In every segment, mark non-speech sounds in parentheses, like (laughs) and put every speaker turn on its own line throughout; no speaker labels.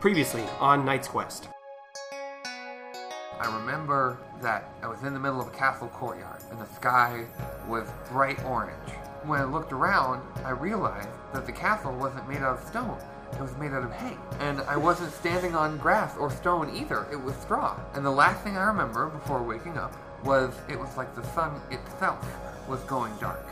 Previously on Knight's Quest.
I remember that I was in the middle of a castle courtyard and the sky was bright orange. When I looked around, I realized that the castle wasn't made out of stone. It was made out of hay. And I wasn't standing on grass or stone either. It was straw. And the last thing I remember before waking up was it was like the sun itself was going dark.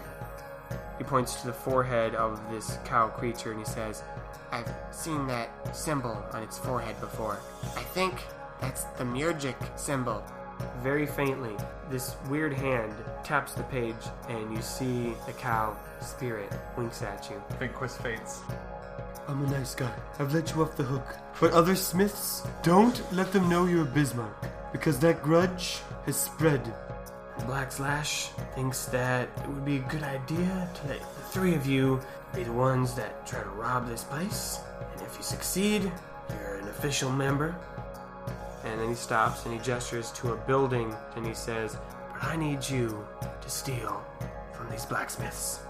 He points to the forehead of this cow creature and he says, I've seen that symbol on its forehead before. I think that's the Murgic symbol. Very faintly, this weird hand taps the page and you see the cow spirit winks at you.
Vinquist faints.
I'm a nice guy. I've let you off the hook. But other Smiths, don't let them know you're Bismarck, because that grudge has spread.
Black Slash thinks that it would be a good idea to let the three of you be the ones that try to rob this place. And if you succeed, you're an official member. And then he stops and he gestures to a building and he says, But I need you to steal from these blacksmiths.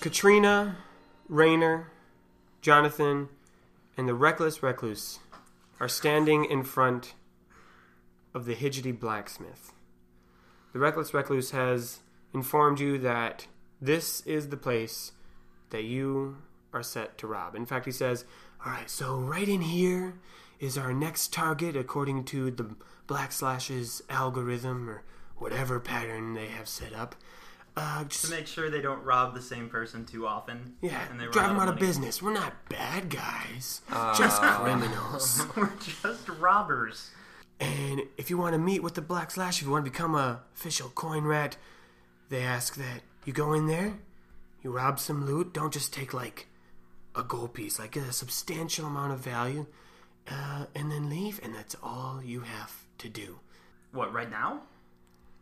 Katrina, Rayner, Jonathan, and the reckless recluse are standing in front of the Hidgety blacksmith. The reckless recluse has informed you that this is the place that you are set to rob. In fact, he says, All right, so right in here is our next target according to the Black Slash's algorithm or whatever pattern they have set up. Uh, just
to make sure they don't rob the same person too often.
Yeah,
and they run
drive them out of
money.
business. We're not bad guys, (laughs) just criminals.
(laughs) We're just robbers.
and if you want to meet with the Black Slash, if you want to become a official coin rat, they ask that you go in there, you rob some loot. Don't just take like a gold piece, like a substantial amount of value, uh, and then leave. And that's all you have to do.
What right now?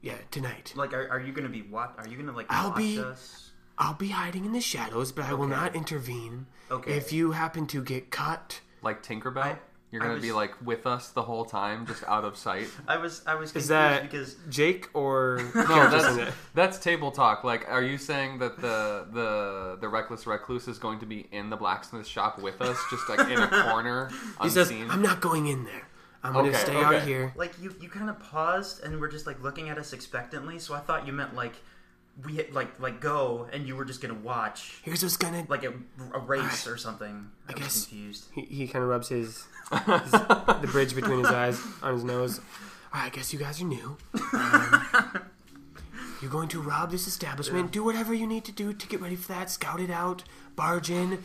Yeah, tonight.
Like, are, are you gonna be what? Are you gonna like
I'll
watch
be-
us?
I'll be hiding in the shadows, but I will not intervene.
Okay.
If you happen to get caught.
Like Tinkerbell?
I-
You're
I
gonna
was-
be like with us the whole time, just out of sight.
I was I was confused
Is that
because
Jake
(laughs)
or
No, that's that's table talk. Like, are you saying that the the the reckless recluse is going to be in the blacksmith shop with us, just like (laughs) in a corner,
He says,
unseen?
"I'm not going in there. I'm going to
Okay,
stay
okay.
out here."
like you you kind of paused and were just like looking at us expectantly. So I thought you meant like we had, like like go and you were just gonna watch
Here's what's gonna.
like a, a race or something. I,
guess-
was confused.
He, he kind of rubs his, his the bridge between his eyes on his nose. All right, I guess you guys are new. Um, you're going to rob this establishment. Do whatever you need to do to get ready for that. Scout it out. Barge in.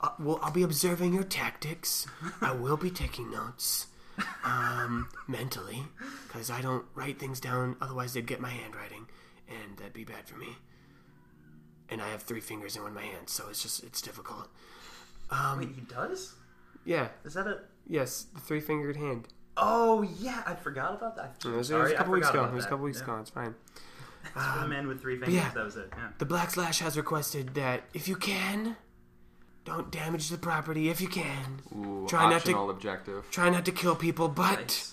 Uh, well, I'll be observing your tactics. I will be taking notes, um, mentally, because I don't write things down. Otherwise, they'd get my handwriting, and that'd be bad for me. And I have three fingers in one of my hands, so it's just it's difficult. um,
Wait, he does?
Yeah,
Is that a?
Yes, the three fingered hand.
Oh yeah, I forgot about that.
It
I'm
was, it was
sorry,
a
I
couple weeks
forgot
ago.
about
It was a
that.
couple weeks
Yeah.
ago. It's fine. Um,
It's for the man with three fingers.
yeah.
That was it. Yeah.
The Black Slash has requested that if you can, don't damage the property. If you can,
Ooh,
Try not to-
optional objective.
try not to kill people. But
Nice.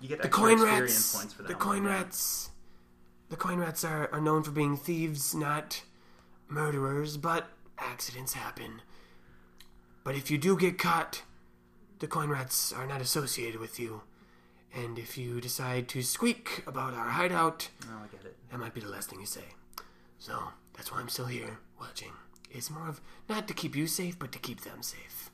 You get
the
extra
coin
experience
rats,
points for that.
the
one,
coin
yeah.
rats, the coin rats are, are known for being thieves, not murderers. But accidents happen. But if you do get caught, the coin rats are not associated with you. And if you decide to squeak about our hideout,
Oh, I get it.
That might be the last thing you say. So that's why I'm still here watching. It's more of not to keep you safe, but to keep them safe.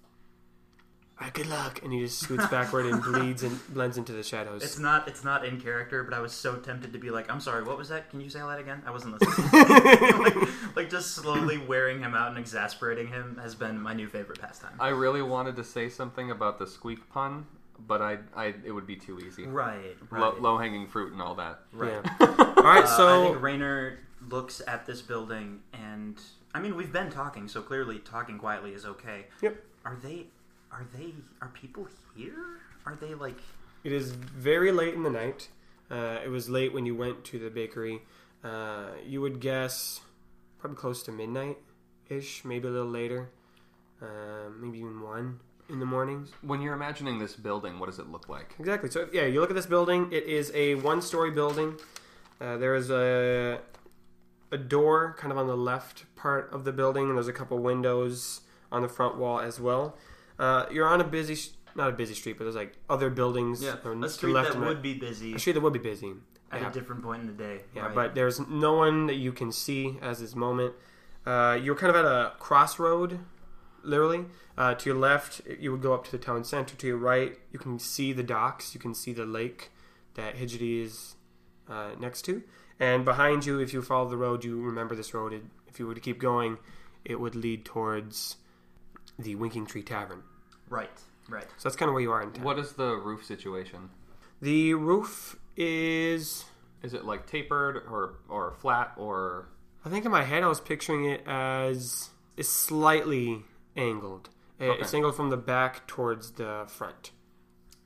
right, good luck. And he just
(laughs)
scoots backward and bleeds and blends into the shadows.
It's not it's not in character, but I was so tempted to be like, I'm sorry, what was that? Can you say all that again? I wasn't listening.
(laughs)
(laughs) like, like just slowly wearing him out and exasperating him has been my new favorite pastime.
I really wanted to say something about the squeak pun, but I, I it would be too easy.
Right, right.
Low, low hanging fruit and all that.
Yeah. All right,
Uh, (laughs) I
so
think Rainer looks at this building and I mean we've been talking, so clearly talking quietly is okay.
Yep.
Are they are they are people here? Are they like
it is very late in the night. Uh, it was late when you went to the bakery. Uh, you would guess probably close to midnight ish, maybe a little later, uh, maybe even one in the morning.
When you're imagining this building, what does it look like?
Exactly. So yeah, you look at this building. It is a one-story building. Uh, there is a a door kind of on the left part of the building, and there's a couple windows on the front wall as well. Uh, you're on a busy, sh- not a busy street, but there's like other buildings.
yeah,
on
a
to
street
left
that
and right.
would be busy
a street that would be busy.
at
yeah.
a different point in the day.
Yeah,
right?
Uh, but there's no one that you can see as this moment. Uh, you're kind of at a crossroad, literally. Uh, to your left, you would go up to the town center. To your right, you can see the docks. You can see the lake that Hijri is uh, next to. And behind you, if you follow the road, you remember this road. It- If you were to keep going, it would lead towards the Winking Tree Tavern.
right, right.
So that's kind of where you are in town.
What is the roof situation?
The roof is
Is it like tapered or or flat or
I think in my head I was picturing it as it's slightly angled. Uh, It's
Okay.
angled from the back towards the front,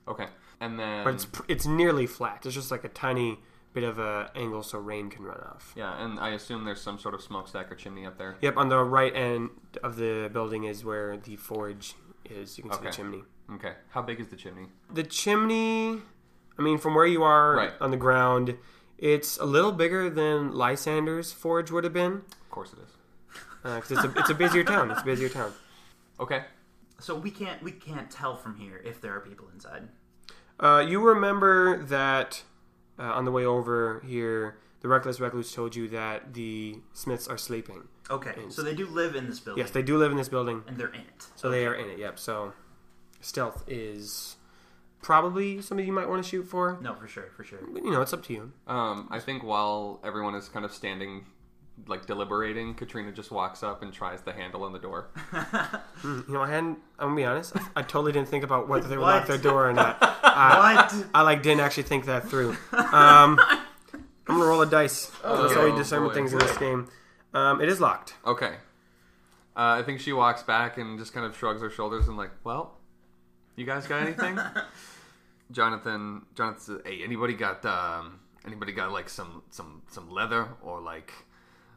okay? And then
but it's pr- it's nearly flat. It's just like a tiny bit of a angle so rain can run off.
yeah, and I assume there's some sort of smokestack or chimney up there.
Yep, on the right end of the building is where the forge is. You can see
Okay.
the chimney.
Okay, how big is the chimney?
The chimney, I mean, from where you are
Right.
on the ground, it's a little bigger than Lysander's forge would have been
Of course it is.
because it's a it's a busier town. It's a busier town.
Okay,
So we can't we can't tell from here if there are people inside.
Uh, you remember that uh, on the way over here, the reckless recluse told you that the Smiths are sleeping.
Okay, so they do live in this building,
Yes, they do live in this building,
and they're in it.
so they are in it. Yep. So stealth is probably something you might want to shoot for.
No, for sure,
(laughs)
for sure.
But, You know, it's up to you.
um, I think while everyone is kind of standing, like deliberating, Katrina just walks up and tries the handle on the door.
Um, You know, I hadn't. I'm gonna be honest. I, I totally didn't think about whether they would
What?
lock their door or
(laughs)
not.
What?
I like didn't actually think that through. Um, I'm gonna roll a dice. That's how
Oh,
we discern
boy.
things in this game. Um, it is locked.
Okay, uh, I think she walks back and just kind of shrugs her shoulders and like, well, you guys got anything? Jonathan, Jonathan says, "Hey, anybody got um, anybody got like some some some leather or like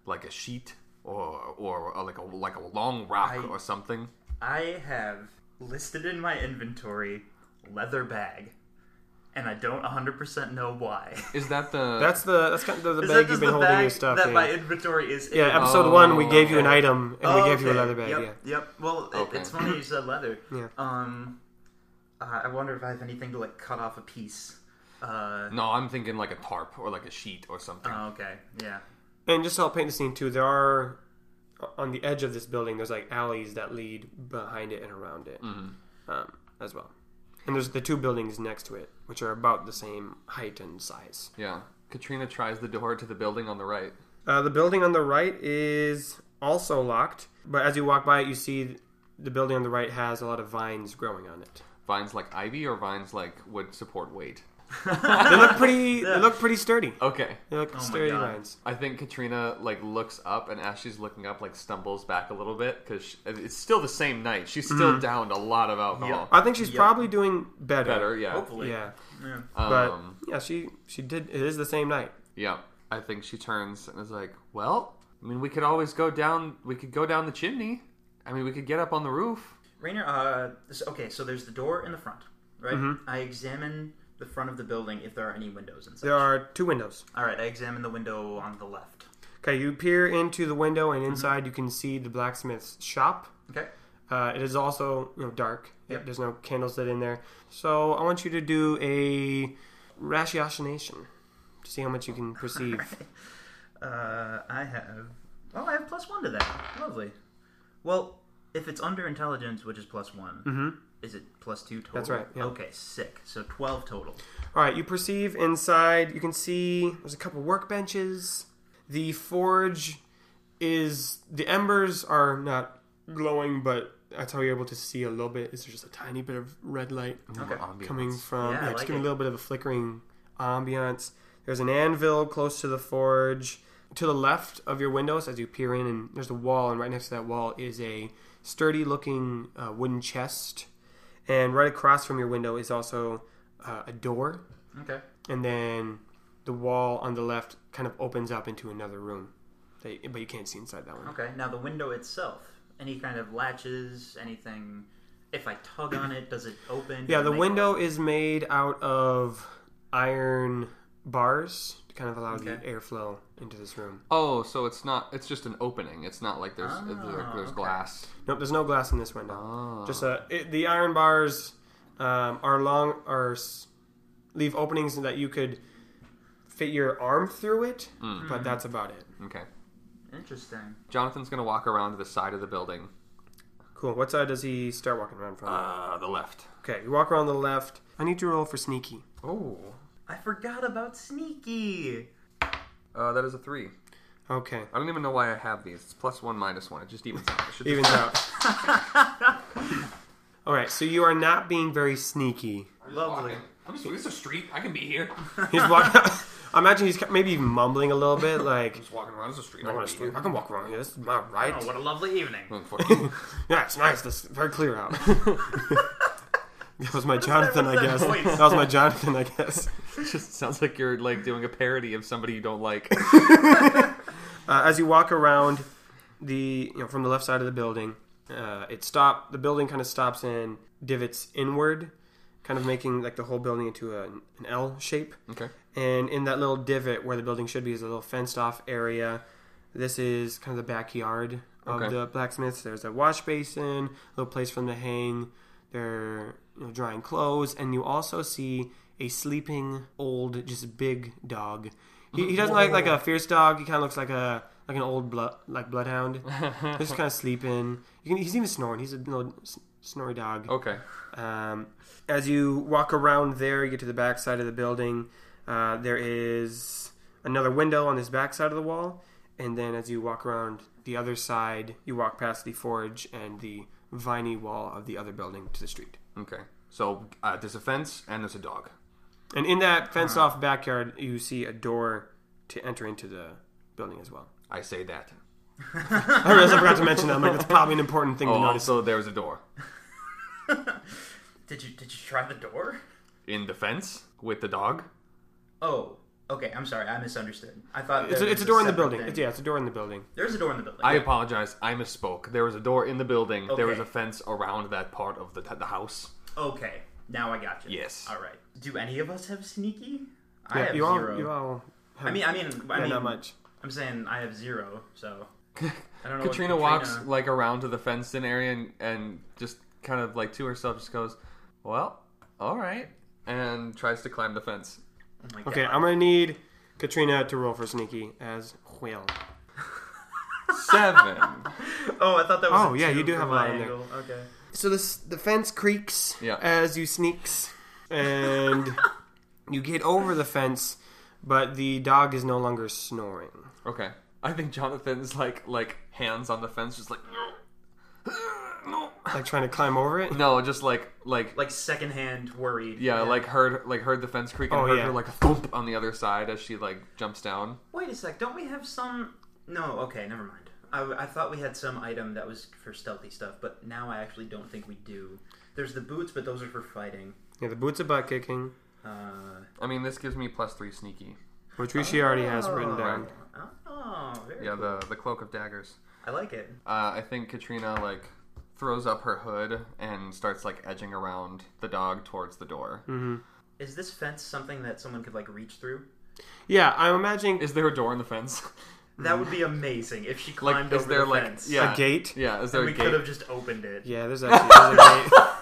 like a sheet or or, or like a like a long rock
I-
or something?"
I have listed in my inventory leather bag, and I don't 100% know why.
Is that the
That's the that's kind of the, the
(laughs) Is
bag
that
you've
just
been
the
holding
bag
your stuff
that
in.
my inventory is in?
Yeah, episode one, we gave you an item and
Oh,
we gave you a
okay.
leather bag.
Yep,
Yeah.
yep. Well, it,
Okay.
it's funny you said leather.
(laughs) Yeah.
Um, uh, I wonder if I have anything to like cut off a piece. Uh,
No, I'm thinking like a tarp or like a sheet or something.
oh, okay, yeah.
And just to help paint the scene too, there are uh, on the edge of this building. There's like alleys that lead behind it and around it,
Mm-hmm.
um, as well. And there's the two buildings next to it, which are about the same height and size.
yeah. Katrina tries the door to the building on the right.
Uh, the building on the right is also locked, but as you walk by it, you see the building on the right has a lot of vines growing on it.
Vines like ivy or vines like would support weight.
They look pretty.
(laughs)
They look pretty sturdy.
Okay.
They look
Oh my
sturdy
God.
vines.
I think Katrina like looks up and as she's looking up like stumbles back a little bit because it's still the same night. She's still
Mm-hmm.
downed a lot of alcohol.
I think she's
Yep.
probably doing better.
Better, yeah.
Hopefully,
Yeah.
yeah.
But
Um,
yeah, she she did. It is the same night.
yeah. I think she turns and is like, "Well, I mean, we could always go down. We could go down the chimney. I mean, we could get up on the roof."
Rainer, uh, s- okay, so there's the door in the front, right?
Mm-hmm.
I examine the front of the building if there are any windows inside.
There are two windows.
All right, I examine the window on the left.
Okay, you peer into the window, and inside you can see the blacksmith's shop.
Okay.
Uh, it is also you know dark.
Yep.
There's no candles lit in there. So I want you to do a ratiocination to see how much you can perceive.
Uh, I have. Oh, I have plus one to that. Lovely. Well, if it's under intelligence, which is plus one, Is it plus two total?
Mm-hmm. That's right, yeah.
Okay, sick. So twelve total.
All right, you perceive inside, you can see there's a couple workbenches. The forge is. The embers are not glowing, but that's how you're able to see a little bit. Is there's just a tiny bit of red light
Oh, Okay.
coming from.
Yeah, I
Yeah,
like
just giving
it.
a little bit of a flickering ambiance. There's an anvil close to the forge. To the left of your windows, as you peer in, and there's a wall, and right next to that wall is a sturdy looking uh, wooden chest. And right across from your window is also uh, a door
Okay.
and then the wall on the left kind of opens up into another room. They, but you can't see inside that one.
Okay. Now the window itself. Any kind of latches? Anything? If I tug on it, does it open?
Yeah,
Does it
the
make-
window is made out of iron bars to kind of allow the
Okay.
airflow into this room.
Oh, so it's not. It's just an opening. It's not like there's
Oh,
there's
okay.
glass.
Nope, there's no glass in this window.
Ah.
Oh.
Just uh, it, the iron bars um, are long, are s- leave openings that you could fit your arm through it,
Hmm.
but that's about it.
okay.
Interesting.
Jonathan's gonna walk around to the side of the building.
Cool. What side does he start walking around from?
Uh, the left.
okay, you walk around the left. I need to roll for sneaky.
Oh.
I forgot about sneaky. (laughs)
Uh, that is a three.
Okay.
I don't even know why I have these. It's plus one, minus one. It just evens out. It should
evens out. All right, so you are not being very sneaky.
Lovely.
(laughs) I'm just. It's a street. I can be (laughs) here.
He's walking. I (laughs) imagine he's maybe even mumbling a little bit, like,
just walking around. It's a street.
I, wanna sleep. I can walk around here. This is my right.
Oh, what a lovely evening.
(laughs)
Yeah, it's nice. This is very clear out. that was my Jonathan,
what
I
is that
guess.
voice?
That was my Jonathan, I guess.
just sounds like you're like doing a parody of somebody you don't like.
Uh, as you walk around the, you know, from the left side of the building, uh, it stop. The building kind of stops and divots inward, kind of making like the whole building into a, an L shape.
(laughs) okay.
And in that little divot where the building should be is a little fenced off area. This is kind of the backyard of
Okay.
the blacksmiths. There's a wash basin, a little place for them to hang their you know, drying clothes, and you also see a sleeping old, just big dog. He, he doesn't like like a fierce dog. He kind of looks like a like an old blood like bloodhound. He's just kind of sleeping. You can, he's even snoring. He's a little s- snory dog.
Okay.
Um, as you walk around there, you get to the back side of the building. Uh, there is another window on this back side of the wall, and then as you walk around the other side, you walk past the forge and the viney wall of the other building to the street.
Okay. So uh, there's a fence and there's a dog.
And in that fenced-off backyard, you see a door to enter into the building as well. (laughs)
I say that.
I realized I forgot to mention that. I'm like, that's probably an important thing to
Oh,
notice.
also there's a door
Did you did you try the door?
in the fence with the dog.
Oh, okay. I'm sorry. I misunderstood. I thought
It's
there
a, it's
was
a door in the
separate
building.
thing.
It's, yeah, it's a door in the building.
There's a door in the building.
I apologize. I misspoke. There was a door in the building. There was
Okay.
a fence around that part of the, the house.
okay. Now I got you.
Yes.
All right. Do any of us have sneaky? I
Yeah,
have
you all,
zero.
you all,
I mean, I mean, I
yeah,
mean,
not much.
I'm saying I have zero. So I don't know. what
Katrina walks
Katrina- Oh
like around to the fenced in area and, and just kind of like to herself just goes, Well, all right. And tries to climb the fence.
Oh my
Okay,
God.
I'm gonna need Katrina to roll for sneaky as well.
Seven. (laughs)
Oh, I thought that was.
Oh,
a
yeah,
two
you do
from
have a
my
lot in there.
angle. Okay.
So this the fence creaks
Yeah.
as you sneaks, and (laughs) you get over the fence, but the dog is no longer snoring.
okay. I think Jonathan's like like hands on the fence, just like no,
Like trying to climb over (laughs) it.
no, just like like
Like secondhand worried.
yeah, like heard like heard the fence creak and
Oh,
heard
yeah.
her like a thump on the other side as she like jumps down.
Wait a sec. Don't we have some? No. Okay. Never mind. I, I thought we had some item that was for stealthy stuff, but now I actually don't think we do. There's the boots, but those are for fighting.
Yeah, the boots are butt kicking,
Uh,
I mean, this gives me plus three sneaky.
which Rishi already has written down.
Oh, very
Yeah,
cool.
the the cloak of daggers.
I like it.
uh, I think Katrina like throws up her hood and starts like edging around the dog towards the door.
Mm-hmm. Is this fence something that someone could like reach through?
Yeah, I'm imagining
Is there a door in the fence? (laughs)
That would be amazing if she
Mm. like,
climbed
is
over
there
the
like
fence.
yeah
a gate.
Yeah, is there
And we
a
could have
gate?
just opened it.
Yeah, there's actually there's a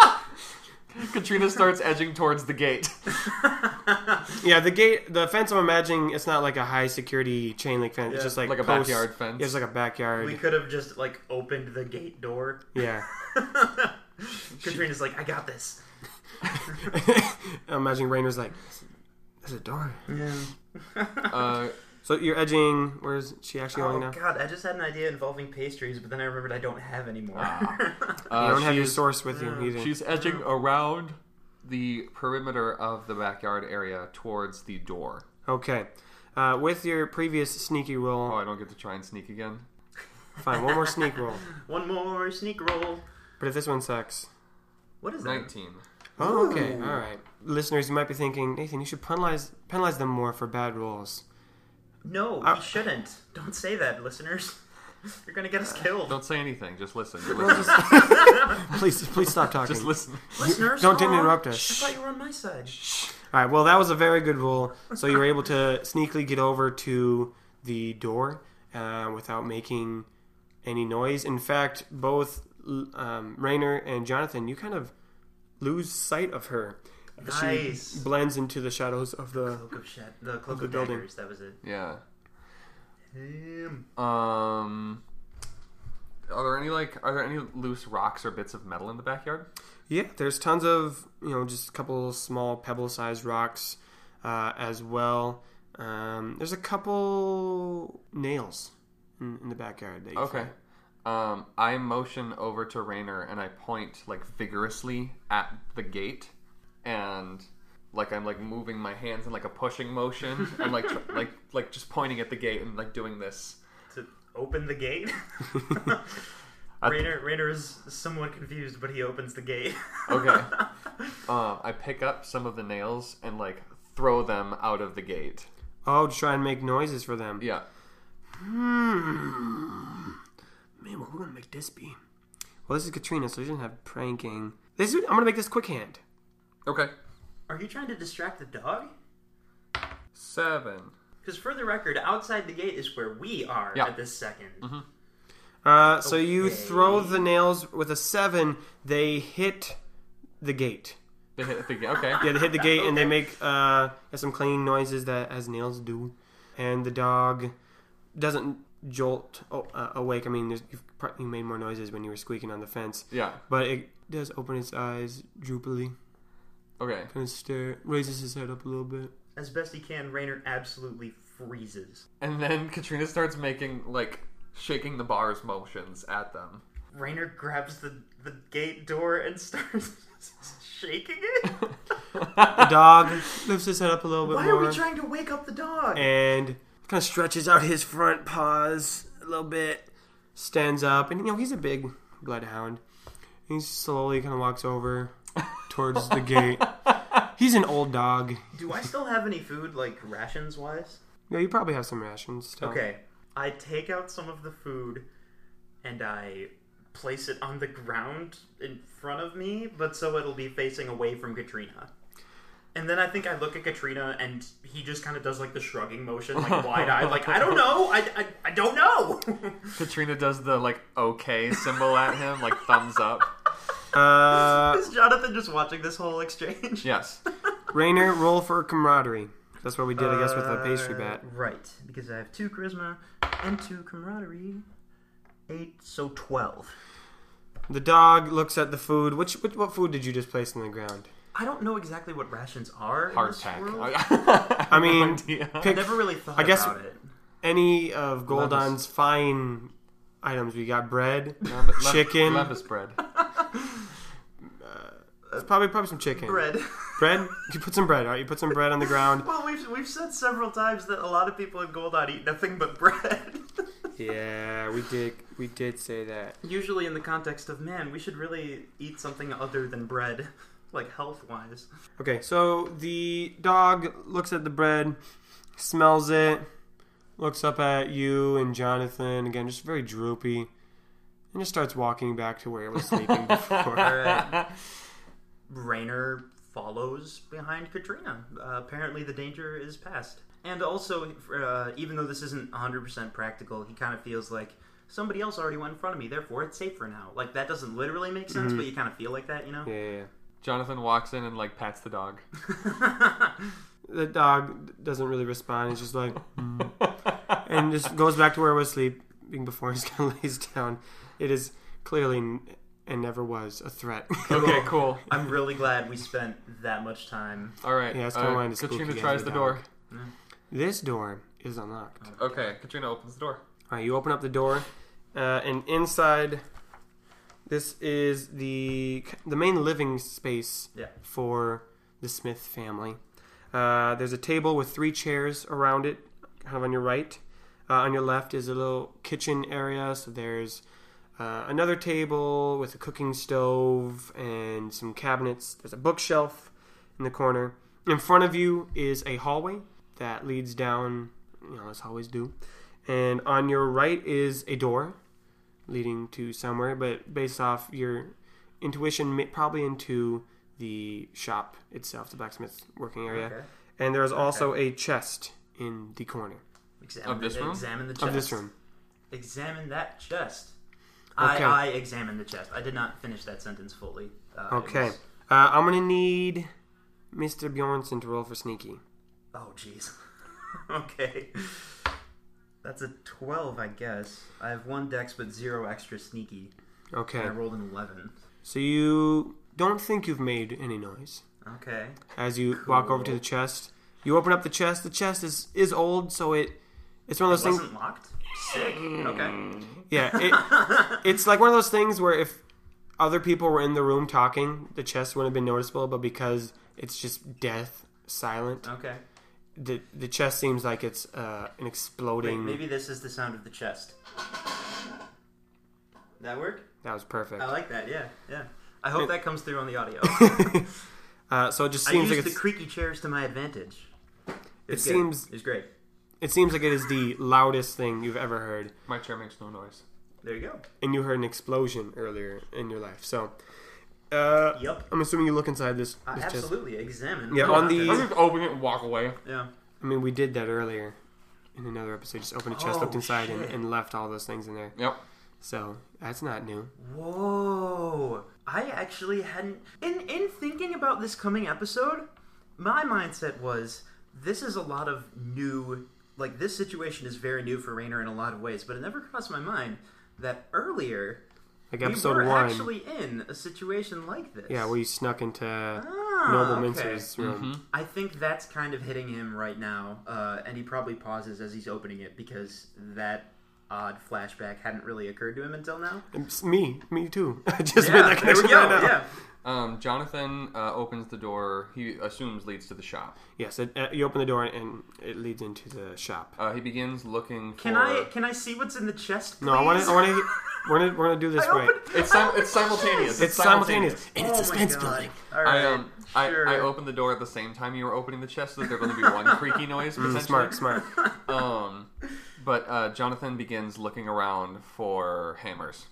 (laughs) gate.
(laughs) Katrina starts edging towards
(laughs)
the gate.
Yeah, the gate, the fence. I'm imagining it's not like a high security chain link fence.
Yeah,
It's just like
like a
posts.
backyard fence.
Yeah, it's like a
We
backyard.
could have just like opened the gate door.
Yeah.
(laughs) Katrina's like, I got this.
(laughs) I'm imagining Rainer's like, there's a door.
(laughs)
Uh,
So you're edging. Where's she actually
Oh
going now?
god, I just had an idea involving pastries, but then I remembered I don't have any more.
uh,
You don't have your
she's-
source with you either.
She's edging around the perimeter of the backyard area towards the door.
Okay. Uh, with your previous sneaky roll,
Oh, I don't get to try and sneak again.
fine. One more sneak roll,
(laughs) One more sneak roll.
but if this one sucks,
What is that?
Nineteen.
oh, okay, all right. Listeners, you might be thinking, Nathan, you should penalize penalize them more for bad rolls.
No,
Ah.
you shouldn't. Don't say that, listeners. (laughs) You're gonna get us killed.
Uh, Don't say anything. Just
(laughs)
listen. Just listen. (laughs)
Please, please stop talking.
Just listen.
Listeners,
Don't
aw,
interrupt us.
I thought you were on my side.
All right. Well, that was a very good roll. So you were able to sneakily get over to the door uh, without making any noise. In fact, both l- um, Rainer and Jonathan, you kind of lose sight of her.
Nice.
She blends into the shadows of the.
Cloak of Shat- the cloak
the
of
building.
daggers. That was it.
Yeah. Um. Are there any like are there any loose rocks or bits of metal in the backyard?
Yeah, there's tons of you know just a couple small pebble-sized rocks uh, as well. Um, there's a couple nails in, in the backyard. That you
Okay.
found.
Um, I motion over to Rainer and I point like vigorously at the gate, and like I'm like moving my hands in like a pushing motion and like tr- like like just pointing at the gate and like doing this.
To open the (laughs) gate.
I-
Rainer, Rainer is somewhat confused, but he opens the gate. (laughs)
Okay. uh, I pick up some of the nails and like throw them out of the gate.
Oh, to try and make noises for them.
Yeah.
Man, what we're gonna make this be? Well, this is Katrina, so she doesn't have pranking. This is, I'm gonna make this quick hand.
Okay.
Are you trying to distract the dog?
Seven.
Because for the record, outside the gate is where we are
Yeah.
at this 2nd
Mm-hmm. Uh, so you
Okay.
throw the nails with a seven. They hit the gate.
They hit the gate. Okay.
Yeah, they hit the gate and they make uh, some clanging noises that as nails do. And the dog doesn't jolt oh, uh, awake. I mean, there's, you've pro- you made more noises when you were squeaking on the fence,
Yeah.
but it does open its eyes droopily,
Okay.
kind of stare, raises his head up a little bit.
As best he can, Rainer absolutely freezes.
And then Katrina starts making like shaking the bars motions at them.
Rainer grabs the, the gate door and (laughs) starts shaking it.
(laughs) The dog lifts his head up a little bit
Why
more.
are we trying to wake up the dog?
and kind of stretches out his front paws a little bit, stands up, and you know he's a big bloodhound. He slowly kind of walks
(laughs)
over towards the gate. He's an old dog. You
Do I still have any food, like rations wise?
know, you probably have some rations. Still.
Okay. I take out some of the food and I place it on the ground in front of me, but so it'll be facing away from Katrina. And then I think I look at Katrina and he just kind of does like the shrugging motion, (laughs) like wide eyed, like, I don't know. I, I, I don't know. (laughs)
Katrina does the like okay symbol at him, like thumbs up.
Uh,
Is Jonathan just watching this whole exchange?
Yes.
Rainer, roll for camaraderie. That's what we did, I guess, with the pastry bat.
Right, because I have two charisma and two camaraderie. Eight, so twelve.
The dog looks at the food. Which, which what food did you just place on the ground?
I don't know exactly what rations are. in this
Hardtack. (laughs)
world.
I mean,
I
(laughs) pick
never really thought
I guess-
about it.
any of Goldon's fine items. We got bread, chicken.
Levis bread.
It's probably probably some chicken.
Bread.
Bread? You put some bread, all right? You put some bread on the ground.
(laughs) well, we've we've said several times that a lot of people in Goldon eat nothing but bread. (laughs)
Yeah, we did we did say that.
Usually, in the context of man, we should really eat something other than bread, (laughs) like health wise.
Okay, so the dog looks at the bread, smells it, looks up at you and Jonathan, again just very droopy, and just starts walking back to where it (laughs) was sleeping before.
(laughs) Alright. Rainer follows behind Katrina. Uh, apparently, the danger is past. And also, uh, even though this isn't 100% practical, he kind of feels like somebody else already went in front of me, therefore it's safer now. Like, that doesn't literally make sense, but you kind of feel like that, you know?
yeah, yeah, yeah.
Jonathan walks in and like pats the dog.
(laughs)
The dog doesn't really respond. He's just like, "Hmm," and (laughs) just goes back to where it was sleeping before. He's kind of lays down. It is clearly and never was a threat. (laughs)
Okay, cool.
I'm really glad we spent that much time.
All right.
Yeah, that's kinda
uh,
wanted to spook
Katrina
you guys
tries the
with
door.
this door is
uh,
unlocked.
Okay, Katrina opens the door.
All right, you open up the door, uh, and inside, this is the the main living space
Yeah.
for the Smith family. Uh, there's a table with three chairs around it, kind of on your right. Uh, on your left is a little kitchen area, so there's uh, another table with a cooking stove and some cabinets. There's a bookshelf in the corner. In front of you is a hallway that leads down, you know, as hallways do. And on your right is a door leading to somewhere, but based off your intuition, ma- probably into the shop itself, the blacksmith's working area.
Okay.
And there's also a chest in the corner
Examine
Of this
the,
room?
Examine the chest.
of this room.
Examine that chest.
Okay.
I, I examine the chest. I did not finish that sentence fully. Uh, it
Okay.
was-
Uh, I'm going to need Mr. Bjornson to roll for sneaky.
oh, jeez. (laughs) okay. That's a 12, I guess. I have one dex, but zero extra sneaky.
Okay.
I rolled an 11.
So you don't think you've made any noise
Okay.
as you walk over to
Cool.
the chest. You open up the chest. The chest is, is old, so it it's one of those things.
Wasn't locked? Sick. Okay.
Yeah,
(laughs)
it, it's like one of those things where if other people were in the room talking, the chest wouldn't have been noticeable. But because it's just death silent,
Okay.
the the chest seems like it's uh, an
Uh. Wait,
exploding.
maybe this is the sound of the chest. That work?
That was perfect.
I like that. Yeah, yeah. I hope that comes through on the audio.
(laughs) Uh, so it just (coughs)
I
seems
used
like
the
it's,
creaky chairs to my advantage.
it
It's good.
seems
it's great.
it seems like it is the loudest thing you've ever heard.
My chair makes no noise.
There you go.
and you heard an explosion earlier in your life. So, uh,
Yep.
I'm assuming you look inside this.
I
this chest.
absolutely examine.
Yeah, on the-
I'm just open it and walk away.
yeah.
I mean, we did that earlier in another episode. Just opened a chest, looked
Oh,
inside, and,
shit.
and left all those things in there.
Yep.
So that's not new.
Whoa! I actually hadn't. In in thinking about this coming episode, my mindset was this is a lot of new. Like this situation is very new for Rainer in a lot of ways, but it never crossed my mind that earlier
Like
we
episode
were
one,
actually in a situation like this.
yeah, where you snuck into
Ah,
Noble
okay. Mm-hmm.
Mincer's room.
I think that's kind of hitting him right now, uh, and he probably pauses as he's opening it because that odd flashback hadn't really occurred to him
(laughs)
until now.
It's me, me too. (laughs) I just made
Yeah,
that
there we
connection
go.
right now.
Yeah.
Um, Jonathan uh, opens the door. He assumes leads to the shop.
Yes, it, uh, you open the door and it leads into the shop.
Uh, he begins looking. For,
Can I can I see what's in the chest? Please?
No, I want to. I
(laughs)
want to. We're gonna we're gonna do this
I
right.
opened-
It's,
I
sim-
opened
it's
the
simultaneous.
chest.
It's simultaneous and it's
Oh my
suspense
God.
building.
All right.
I um
sure.
I, I opened the door at the same time you were opening the chest, so there'd only be one creaky noise potentially.
Mm, Smart,
(laughs)
smart.
Um, but uh, Jonathan begins looking around for hammers.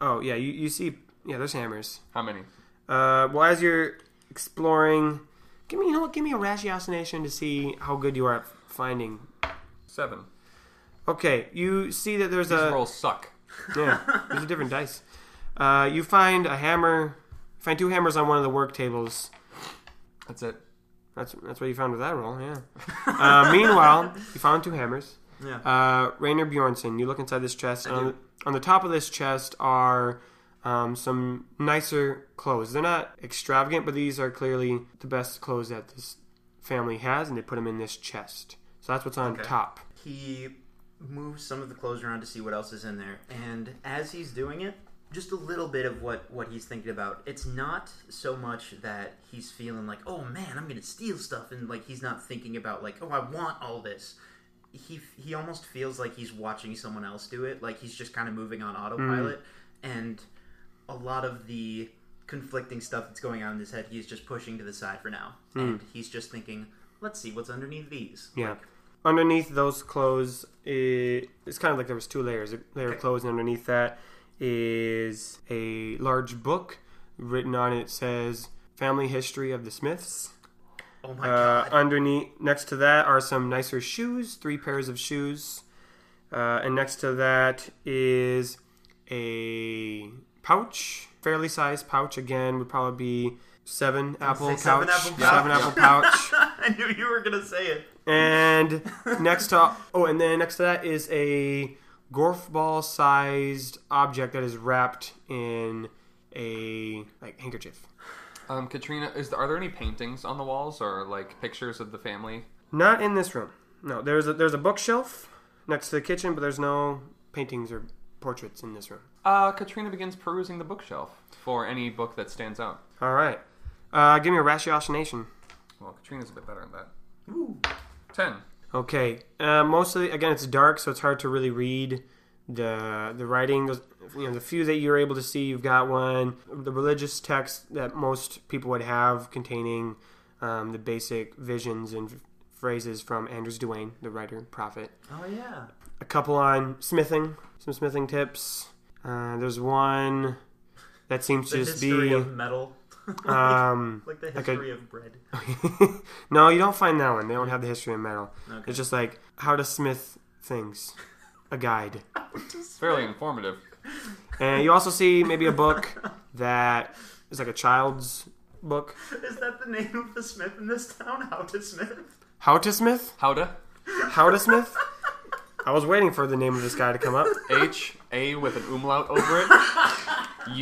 Oh yeah, you, you see yeah, there's hammers.
How many?
Uh, well, as you're exploring, give me you know what? Give me a ratiocination to see how good you are at finding.
Seven.
Okay, you see that there's
These
a
rolls suck.
yeah, there's a different dice. Uh, you find a hammer, find two hammers on one of the work tables.
That's it.
That's that's what you found with that roll, yeah.
(laughs)
Uh, meanwhile, you found two hammers.
Yeah.
Uh, Rainer Bjornsson, you look inside this chest, and on,
do.
on the top of this chest are um, some nicer clothes. They're not extravagant, but these are clearly the best clothes that this family has, and they put them in this chest. So that's what's on top.
He moves some of the clothes around to see what else is in there, and as he's doing it, just a little bit of what what he's thinking about. It's not so much that he's feeling like, oh man, I'm gonna steal stuff, and like he's not thinking about like, oh, I want all this. He he almost feels like he's watching someone else do it. Like he's just kind of moving on autopilot,
Mm.
and a lot of the conflicting stuff that's going on in his head, he's just pushing to the side for now, and he's just thinking, let's see what's underneath these.
Mm. Yeah. Underneath those clothes, i it's kind of like there was two layers. A layer of clothes, and underneath that is a large book. Written on it says "Family History of the Smiths."
Oh my
Uh,
god.
underneath, next to that are some nicer shoes, three pairs of shoes, uh, and next to that is a pouch, fairly sized pouch. Again, would probably be seven apple
say
pouch,
seven apple pouch.
seven apple pouch,
(laughs) I knew you were gonna say it.
and next to oh, and then next to that is a golf ball sized object that is wrapped in a like handkerchief.
Um, Katrina, is there, are there any paintings on the walls or like pictures of the family?
Not in this room. No, there's a, there's a bookshelf next to the kitchen, but there's no paintings or portraits in this room.
Uh, Katrina begins perusing the bookshelf for any book that stands out.
All right, uh, give me a ratiocination.
Well, Katrina's a bit better at that.
Ooh.
Ten.
Okay. Uh, mostly, again, it's dark, so it's hard to really read the the writing. Those- You know, the few that you're able to see, you've got one. The religious text that most people would have, containing um, the basic visions and phrases from Andrews Duane, the writer prophet.
Oh yeah.
A couple on smithing, some smithing tips. Uh, there's one that seems
The
to just
history
be
of metal. (laughs)
um,
like the
like a-
history of bread. (laughs)
no, you don't find that one. They don't have the history of metal.
Okay.
It's just like how to smith things, a guide.
Fairly informative.
And you also see maybe a book that is like a child's book.
Is that the name of the smith in this town? (laughs) How to Smith?
How to smith?
Howda.
How to smith? I was waiting for the name of this guy to come up.
H A with an umlaut over it.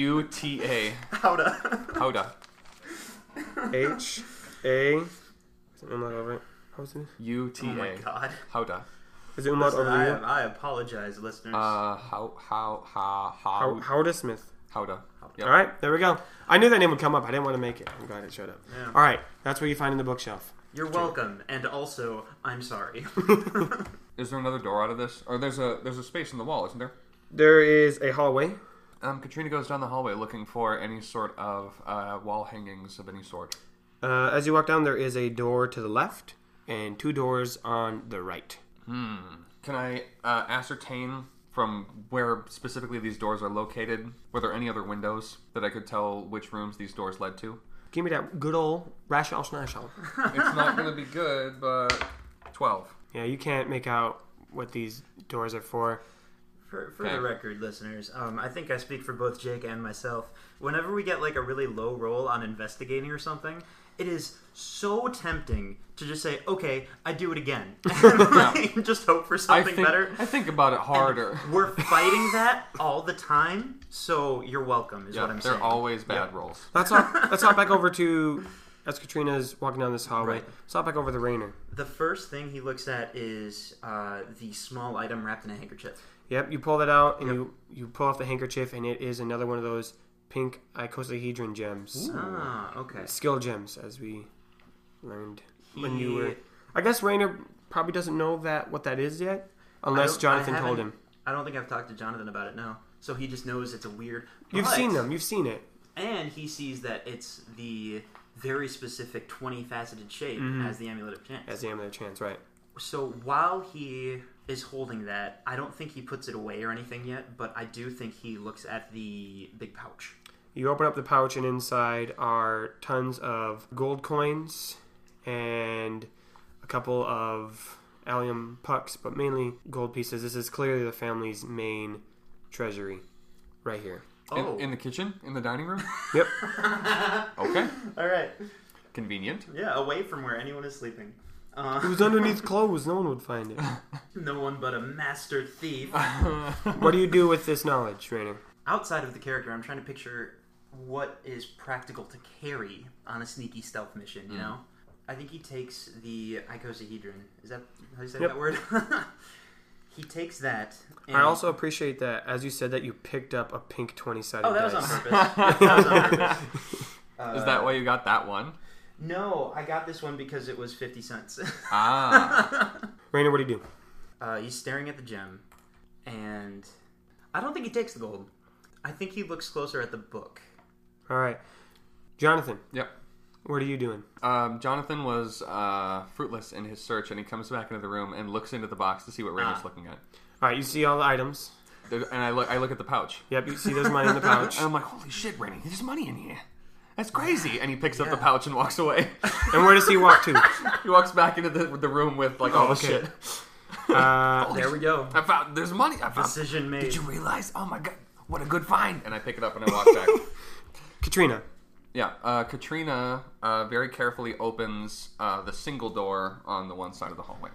U T A.
How to?
Howda.
H A. Is it umlaut over it? How is it?
U T
(laughs) Oh my
A.
god.
Howda.
Is it umlaut
Listen,
over
I,
you?
I apologize, listeners.
Uh, how how ha
How,
how
how to smith?
howda. Yep.
All right, there we go. I knew that name would come up. I didn't want to make it. I'm glad it showed up.
Yeah.
All right, that's what you find in the bookshelf.
You're welcome, and also, I'm
(laughs)
sorry.
Is there another door out of this? Or there's a there's a space in the wall, isn't there?
There is a hallway.
Um, Katrina goes down the hallway looking for any sort of uh, wall hangings of any sort.
Uh, as you walk down, there is a door to the left and two doors on the right.
Can I uh, ascertain from where specifically these doors are located? Were there any other windows that I could tell which rooms these doors led to?
Give me that good old rational snashal.
it's not going to be good, but twelve.
Yeah, you can't make out what these doors are for.
For, for
Okay.
the record, listeners, um, I think I speak for both Jake and myself. Whenever we get like a really low roll on investigating or something, it is so tempting to just say, "Okay, I do
(laughs)
it again," (laughs) and just hope for
I
something
think,
better.
I think about it harder.
We're
(laughs)
fighting that all the time, so you're welcome. Is
Yeah,
what I'm
they're
saying.
always bad rolls.
Let's hop,
(laughs)
let's hop back over to as Katrina's walking down this hallway.
Right.
Let's hop back over to Rainer.
The first thing he looks at is uh, the small item wrapped in a handkerchief.
Yep, you pull that out and you you pull off the handkerchief, and it is another one of those pink icosahedron gems, Uh,
Ah, okay.
skill gems, as we learned when you
He-
were. I guess Rainer probably doesn't know that what that is yet, unless
I don't-
Jonathan
I
told him.
haven't- I don't think I've talked to Jonathan about it. No, so he just knows it's a weird.
You've
but-
seen them. You've seen it.
and he sees that it's the very specific 20 faceted shape as the amulet of chance.
Mm-hmm. As the Amulet of Chance, right?
So while he is holding that, I don't think he puts it away or anything yet, but I do think he looks at the big pouch.
You open up the pouch, and inside are tons of gold coins and a couple of allium pucks, but mainly gold pieces. This is clearly the family's main treasury, right here.
Oh,
In, in the kitchen, in the dining room.
(laughs) Yep.
(laughs) Okay,
all right.
convenient.
Yeah, away from where anyone is sleeping.
It
Uh,
was underneath clothes. No one would find it.
(laughs) no one but a master thief.
(laughs) What do you do with this knowledge, Rainer?
Outside of the character, I'm trying to picture what is practical to carry on a sneaky stealth mission, you know? I think he takes the icosahedron. Is that how you say
Yep.
that word? (laughs) he takes that. And,
I also appreciate that, as you said, that you picked up a pink twenty-sided
Oh, that was
dice. (laughs)
on purpose. that was on purpose.
Is that why you got that one?
No, I got this one because it was 50 cents. (laughs)
Ah,
Rainer, what do you do?
Uh, he's staring at the gem, and I don't think he takes the gold. I think he looks closer at the book.
All right, Jonathan,
yep.
what are you doing?
Um, Jonathan was uh, fruitless in his search, and he comes back into the room and looks into the box to see what Rainer's
Ah.
looking at.
All right, you see all the items.
There, and I look, I look at the pouch,
Yep, you see there's money in the
(laughs)
pouch.
Um,
and I'm like, "Holy shit, Rainer! There's money in here. That's crazy!" And he picks up the pouch and walks away. (laughs)
And where does he walk
(laughs)
to?
he walks back into the, the room with like all the
okay.
shit.
Oh.
Uh,
There we go.
I found there's money. I found.
Decision made.
Did you realize? Oh my god, what a good find! And I pick it up and I
(laughs)
walk back.
Katrina.
Yeah, uh, Katrina uh, very carefully opens uh, the single door on the one side of the hallway.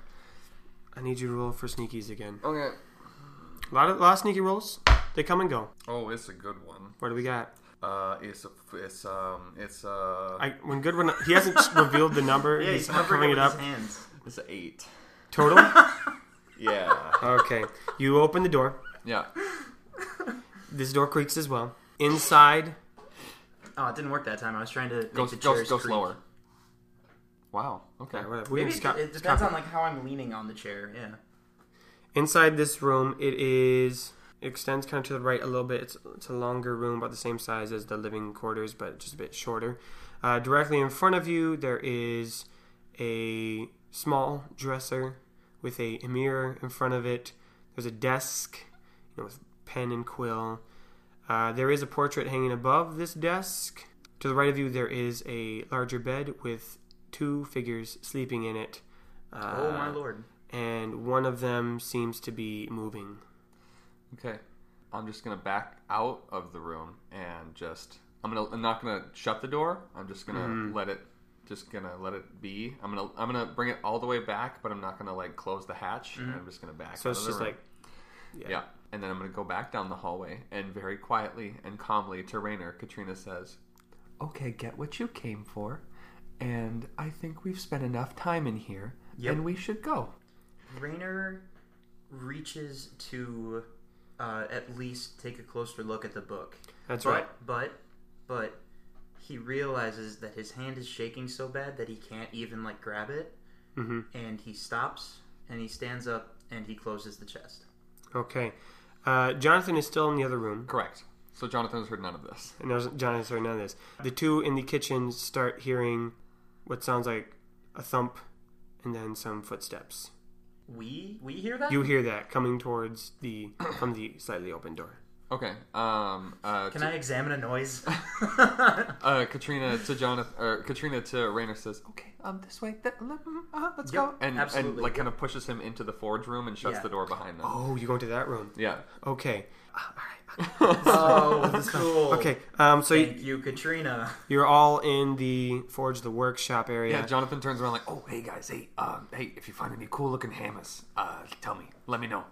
I need you to roll for sneakies again.
Okay.
A lot of, lot of sneaky rolls. They come and go.
Oh, it's a good one.
What do we got?
Uh, it's it's um it's uh
I, when Goodwin, he hasn't revealed the number.
(laughs) Yeah,
he's
he's
covering it
covering with his
up.
hands.
it's eight.
Total.
(laughs)
Yeah,
(laughs) Okay. You open the door.
yeah.
This door creaks as well. Inside,
Oh, it didn't work that time. I was trying to
Go
make the
go,
chairs
go
creak.
slower. Wow. Okay.
Yeah, whatever. We
Maybe
can
it,
stop-
it
stop
depends on like how I'm leaning on the chair. Yeah.
Inside this room, it is it extends kind of to the right a little bit. It's, it's a longer room, about the same size as the living quarters, but just a bit shorter. Uh, directly in front of you, there is a small dresser with a, a mirror in front of it. There's a desk, you know, with pen and quill. Uh, there is a portrait hanging above this desk. To the right of you, there is a larger bed with two figures sleeping in it. Uh,
Oh my lord.
and one of them seems to be moving.
Okay. I'm just gonna back out of the room and just I'm gonna I'm not gonna shut the door. I'm just gonna let it just gonna let it be. I'm gonna I'm gonna bring it all the way back, but I'm not gonna like close the hatch. I'm just gonna back.
So
out
it's
of the
just
room.
like,
yeah. And then I'm gonna go back down the hallway and very quietly and calmly to Rainer, Katrina says, "Okay, get what you came for, and I think we've spent enough time in here, and we should go."
Rainer reaches to uh, at least take a closer look at the book.
that's
but,
right.
But, but he realizes that his hand is shaking so bad that he can't even like grab it,
Mhm.
and he stops and he stands up and he closes the chest.
Okay. Uh, Jonathan is still in the other room,
Correct. So Jonathan's heard none of this.
and there's Jonathan's heard none of this. The two in the kitchen start hearing what sounds like a thump, and then some footsteps.
We we hear that?
You hear that coming towards
(coughs)
the from the slightly open door.
Okay. Um. Uh,
Can
to-
I examine a
(laughs)
noise? (laughs)
uh, Katrina to Jonathan, or Katrina to Rainer says, "Okay, um, this way. Th- le- mm, uh, let's
Yep,
go." And and
absolutely.
like kind of pushes him into the forge room and shuts
Yeah.
the door behind them.
Oh, you go into that room?
Yeah.
Okay.
(laughs)
oh, cool.
Okay. Um. So
Thank you, Katrina.
you're all in the forge, the workshop area.
yeah, Jonathan turns around like, "Oh, hey guys, hey, um, hey, if you find any cool looking hammers, uh, tell me, let me know."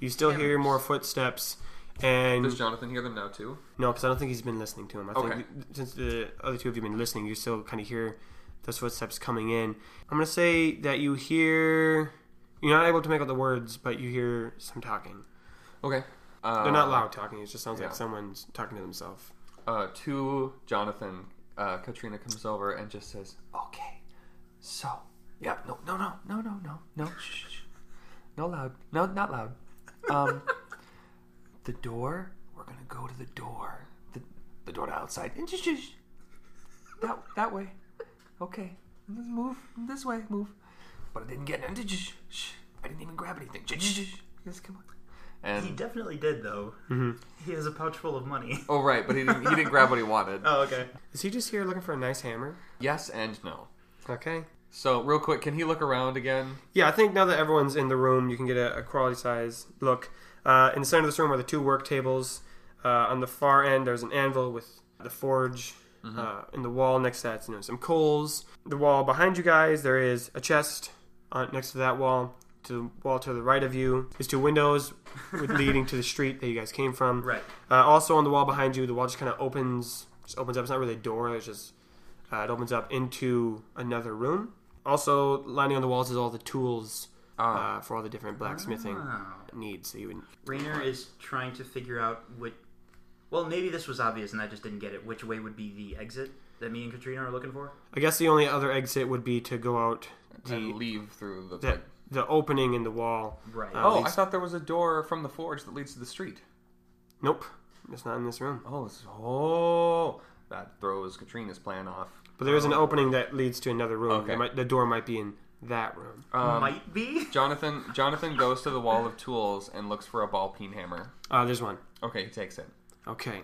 you still hear more footsteps, and
Does Jonathan hear them now too?
No, because I don't think he's been listening to him. I
Okay.
think since the other two of you have been listening, you still kind of hear those footsteps coming in. I'm gonna say that you hear. You're not able to make out the words, but you hear some talking.
Okay. Uh,
They're not loud talking. It just sounds
yeah.
like someone's talking to themselves.
uh, to Jonathan, uh, Katrina comes over and just says, "Okay, so yeah, no, no, no, no, no, no, no, shh, shh, shh. no loud, no, not loud. Um, the door. We're gonna go to the door, the, the door to outside. And shh, shh, shh. That that way. Okay, let's move this way. Move. But I didn't get it. Shh, shh, shh. I didn't even grab anything. Shh, shh, shh. Yes, come on.
He
And
definitely did though. He has a pouch full of money. (laughs)
oh right, but he didn't, he didn't grab what he wanted.
Oh, okay.
Is he just here looking for a nice hammer?
Yes and no.
Okay.
So real quick, can he look around again?
Yeah, I think now that everyone's in the room, you can get a, a quality size look. Uh, in the center of this room are the two work tables. Uh, on the far end, there's an anvil with the forge. Uh, in the wall next to that's you know, some coals. The wall behind you guys, there is a chest on, next to that wall. To the wall to the right of you is two windows with, leading to the street that you guys came from.
Right.
Uh, also on the wall behind you, the wall just kind of opens, just opens up. It's not really a door. It's just uh, it opens up into another room. Also, lining on the walls is all the tools
Ah.
uh, for all the different blacksmithing needs that you would.
Rainer is trying to figure out which. Well, maybe this was obvious and I just didn't get it. Which way would be the exit that me and Katrina are looking for?
I guess the only other exit would be to go out
and
the
leave through the.
the, the opening in the wall.
Right.
Uh,
oh, I
leads-
thought there was a door from the forge that leads to the street.
Nope, it's not in this room.
Oh, it's- oh, that throws Katrina's plan off.
But there is an opening that leads to another room.
Oh. Okay.
It might- the door might be in that room.
Um,
Might be.
Jonathan Jonathan goes to the wall of tools and looks for a ball peen hammer.
Uh, there's one.
Okay, he takes it,
Okay,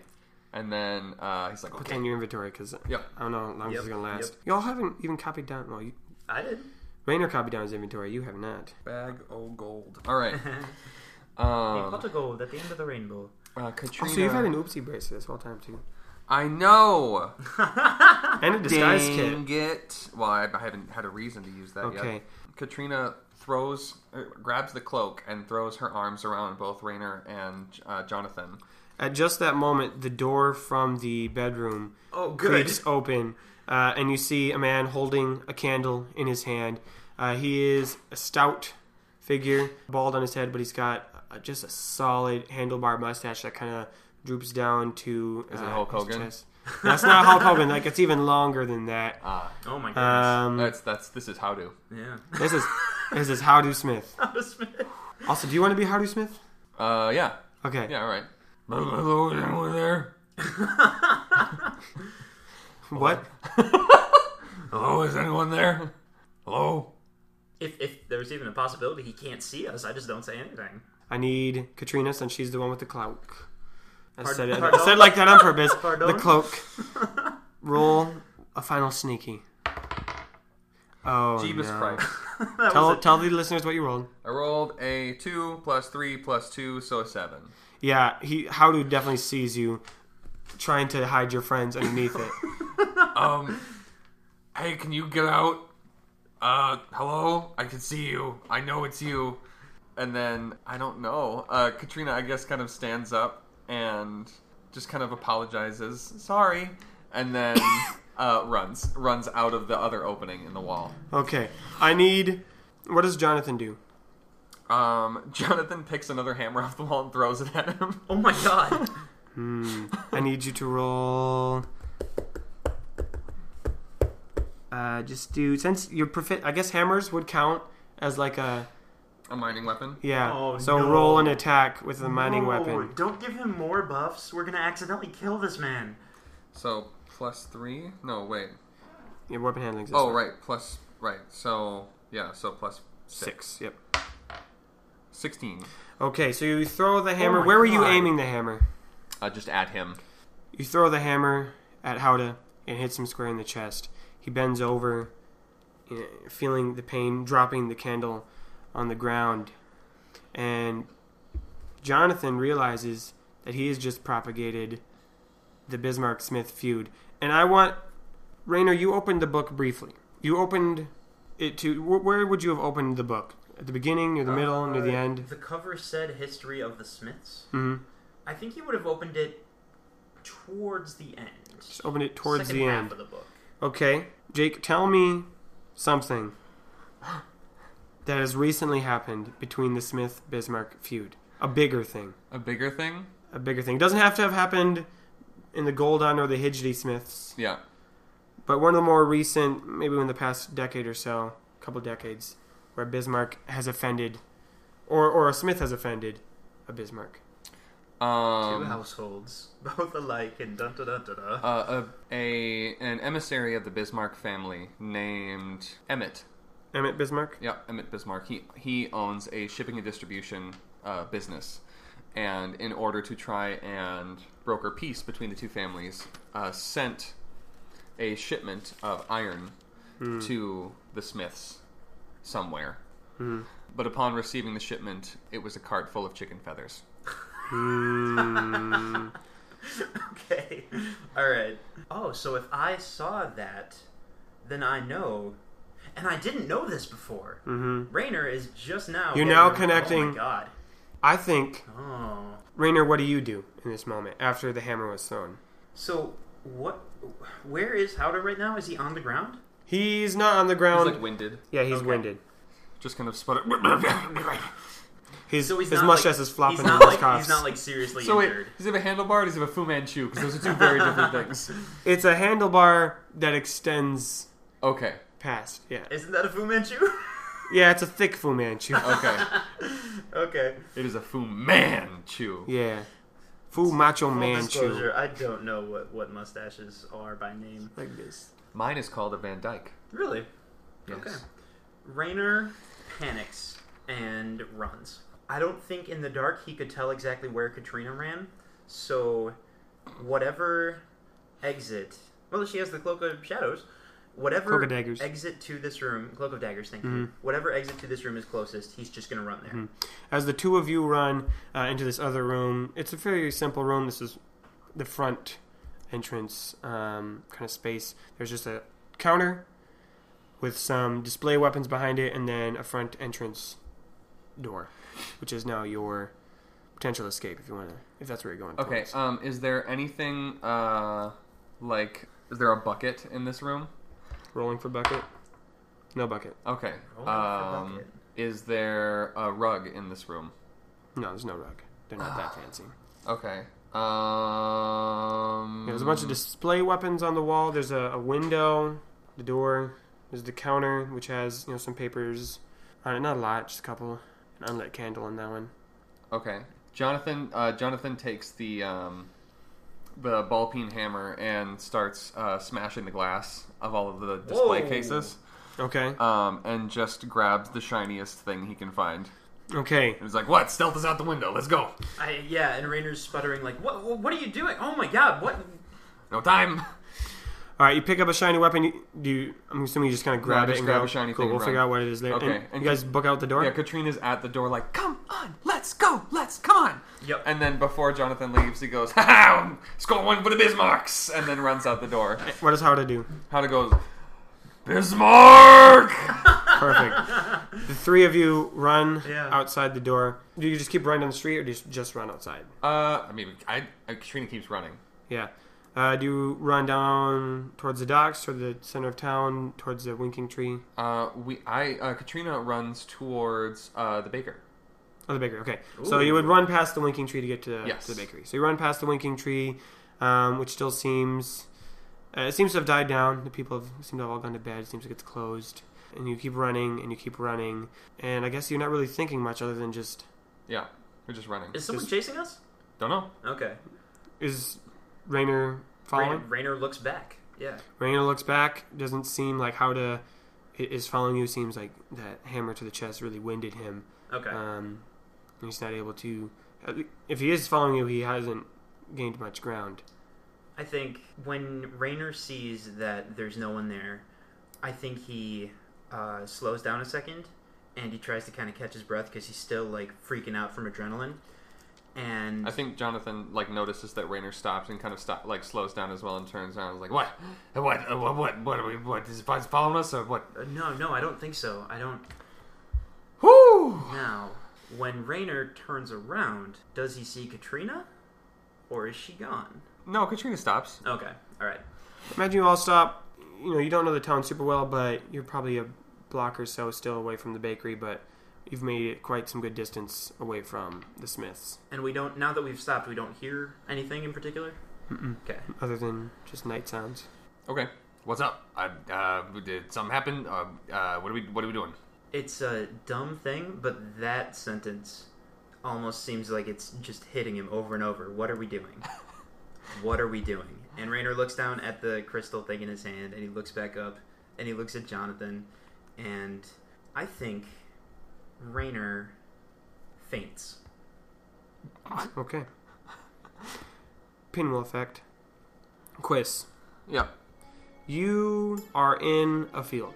and then uh, he's like,
put
okay,
that in your inventory because
Yep.
I don't know how long this
Yep,
is gonna
yep.
last. Y'all haven't even copied down. Well, you,
I (laughs) did.
Rainer copied down his inventory. You have not.
bag o gold. All right. Um,
(laughs)
Pot of gold at the end of the rainbow.
uh,
Oh,
Katrina,
so you've had an oopsie bracelet this whole time too,
I know.
and a disguise kit.
Ah, Dang it. Well, I, I haven't had a reason to use that yet.
Okay.
Katrina er, throws, uh, grabs the cloak and throws her arms around both Rainer and uh, Jonathan.
At just that moment, the door from the bedroom
Oh, good.
creaks open, uh, and you see a man holding a candle in his hand. Uh, he is a stout figure, bald on his head, but he's got uh, just a solid handlebar mustache that kind of droops down to
Is it
uh,
Hulk
his
Hogan?
chest. That's not Hulk Hogan. Like it's even longer than that.
Ah,
Oh my goodness.
Um,
that's that's this is how to.
yeah.
(laughs)
(laughs)
this is this is Howdy Smith.
Smith.
Also, do you want to be Howdy Smith?
Uh, yeah,
Okay.
yeah, all right. Hello, is anyone there?
What?
Hello, is anyone there? Hello.
If, if there's even a possibility he can't see us, I just don't say anything. (laughs)
I need Katrina since she's the one with the cloak. I
Pardon-
said it. I
pardon?
said it like that on purpose.
Pardon?
The
(laughs)
cloak. Roll a final sneaky. Oh
Jeebus
no.
Christ.
That
Tell
was a-
tell the listeners what you rolled.
I rolled a two plus three plus two, so a seven.
Yeah, he Howdu definitely sees you trying to hide your friends underneath
(laughs)
it.
Um, hey, can you get out? Uh, hello? I can see you. I know it's you. And then, I don't know. Uh, Katrina, I guess, kind of stands up and just kind of apologizes. Sorry. And then, uh, runs. Runs out of the other opening in the wall.
Okay. I need what does Jonathan do?
Um, (laughs) Jonathan picks another hammer off the wall and throws it at him. (laughs)
oh my god.
I need you to roll. Uh, just do since you're profi- I guess hammers would count as like a
A mining weapon.
yeah.
Oh,
so
no.
roll an attack with a mining
No,
weapon.
Don't give him more buffs. We're gonna accidentally kill this man.
So, plus three? No, wait.
Your weapon handling. is
Oh, right. Plus, right. So, yeah, so plus six.
Six. Yep.
16.
Okay, so you throw the hammer.
Oh my
Where were you
God.
aiming the hammer?
Uh, just at him.
You throw the hammer at Howda and hits him square in the chest. He bends over, eh, feeling the pain, dropping the candle on the ground. And Jonathan realizes that he has just propagated the Bismarck Smith feud. And I want. Rainer, you opened the book briefly. You opened it to. wh- Where would you have opened the book? At the beginning, near the middle, near the
Uh,
end?
The cover said "History of the Smiths."
hmm
I think he would have opened it towards the end.
Just open it towards
Second
the
half
end.
of the book.
Okay, Jake, tell me something that has recently happened between the Smith Bismarck feud. A bigger thing.
A bigger thing?
A bigger thing. Doesn't have to have happened in the Goldon or the Hidgety Smiths,
Yeah.
but one of the more recent, maybe in the past decade or so, couple decades, where Bismarck has offended, or, or a Smith has offended a Bismarck.
Two
Um,
households, (laughs) both alike, and dun da da da da.
uh, a, a an emissary of the Bismarck family named Emmett.
Emmett
(laughs)
Bismarck?
Yeah, Emmett Bismarck. He he owns a shipping and distribution uh, business, and in order to try and broker peace between the two families, uh, sent a shipment of iron to the Smiths somewhere. But upon receiving the shipment, it was a cart full of chicken feathers.
Mm-hmm. Hmm.
(laughs) Okay, all right. Oh, so if I saw that, then I know, and I didn't know this before. Mm-hmm. Rainer is just now.
Hmm. You're
getting-
now connecting-
Oh my god.
I think,
Oh.
Rainer, what do you do in this moment after the hammer was thrown?
So what? Where is Howder right now? Is he on the ground?
He's not on the
He's
ground.
like winded,
yeah, he's
Okay.
winded.
just kind of (clears throat) sputtered.
His,
So he's
his
not
mustache
like,
is flopping
He's
in
not
his
like
cuffs.
he's not like seriously
So wait,
injured.
does he have a handlebar? Or does he have a Fu Manchu? Because those are two very (laughs) different things.
It's a handlebar that extends
Okay,
past. Yeah,
Isn't that a Fu Manchu? (laughs)
yeah, it's a thick Fu Manchu.
okay.
okay.
It is a Fu Manchu.
yeah, Fu Macho
Full
Oh, Manchu.
disclosure, I don't know what what mustaches are by name.
Like this.
Mine is called a Van Dyke.
Really?
Yes.
Okay. Rainer panics and runs. I don't think in the dark he could tell exactly where Katrina ran. So, whatever exit. Well, she has the cloak of shadows. Whatever
Cloak of daggers. Mm-hmm.
exit to this room, cloak of daggers. Thank you. Whatever exit to this room is closest, he's just gonna run there.
As the two of you run uh, into this other room, it's a very simple room. This is the front entrance um, kind of space. There's just a counter with some display weapons behind it, and then a front entrance door, which is now your potential escape if you want to, if that's where you're going.
Okay.
towards.
Um, is there anything uh, like is there a bucket in this room?
Rolling for bucket. No bucket.
Okay.
Rolling for
Um,
bucket.
is there a rug in this room?
No, there's no rug. They're not that fancy.
Okay. Um,
Yeah, there's a bunch of display weapons on the wall. There's a, a window, the door. There's the counter, which has you know some papers on it. Not a lot, just a couple. An unlit candle in that one.
Okay. Jonathan uh, Jonathan takes the um, the ball peen hammer and starts uh, smashing the glass of all of the display
Whoa.
cases,
Okay.
um, and just grabs the shiniest thing he can find.
Okay.
And he's like, "What? Stealth is out the window. Let's go.
I, yeah, and Rainer's sputtering like, "What? What what are you doing? Oh my god! What?
No time."
All right. You pick up a shiny weapon. You, do you, I'm assuming you just kind of grab
just
it and
grab
go.
a shiny
cool.
thing and
we'll
run.
figure out what it is later.
Okay,
And
and
you guys book out the door.
Yeah, Katrina's at the door, like, "Come on, let's go, let's come on."
Yep.
And then before Jonathan leaves, he goes, "Ha ha! Score one for the Bismarcks!" And then runs out the door.
What does Howda do?
How to goes, Bismarck! (laughs)
Perfect. the three of you run
Yeah.
outside the door. Do you just keep running down the street, or do you just run outside?
Uh, I mean, I, I Katrina keeps running.
Yeah. Uh, do you run down towards the docks, toward the center of town, towards the winking tree?
Uh, we I uh, Katrina runs towards uh, the baker.
Oh, the bakery. Okay. So you would run past the winking tree to get to the,
Yes.
to the bakery. So you run past the winking tree, um, which still seems. Uh, it seems to have died down. The people have, seem to have all gone to bed. It seems like it's closed. And you keep running and you keep running. And I guess you're not really thinking much other than just.
Yeah, we're just running.
Is someone
Just-
chasing us?
Don't know.
Okay.
Is Rainer following?
Rainer, Rainer looks back. Yeah.
Raina looks back. Doesn't seem like how to i- is following you. Seems like that hammer to the chest really winded him.
Okay.
Um, and he's not able to. If he is following you, he hasn't gained much ground.
I think when Rainer sees that there's no one there, I think he uh, slows down a second and he tries to kind of catch his breath because he's still like freaking out from adrenaline. And
I think Jonathan like notices that Rainer stops and kind of stop like slows down as well and turns around. and is like, what? Uh, What? Uh, What? What? What? Are we, what? Is he following us or what?
Uh, no, no, I don't think so. I don't.
Whoo!
Now, when Rainer turns around, does he see Katrina, or is she gone?
No, Katrina stops.
Okay. All right.
Imagine you all stop. You know, you don't know the town super well, but you're probably a block or so still away from the bakery, but you've made it quite some good distance away from the Smiths,
And we don't. Now that we've stopped, we don't hear anything in particular. Okay.
other than just night sounds.
Okay. What's up? I, uh, did something happen? Uh, uh, what are we? What are we doing?
It's a dumb thing, but that sentence almost seems like it's just hitting him over and over. What are
(laughs)
we doing? what are we doing? And Rainer looks down at the crystal thing in his hand, and he looks back up, and he looks at Jonathan, and I think Rainer faints.
Okay. Pinwheel effect. Quiz.
Yeah.
You are in a field.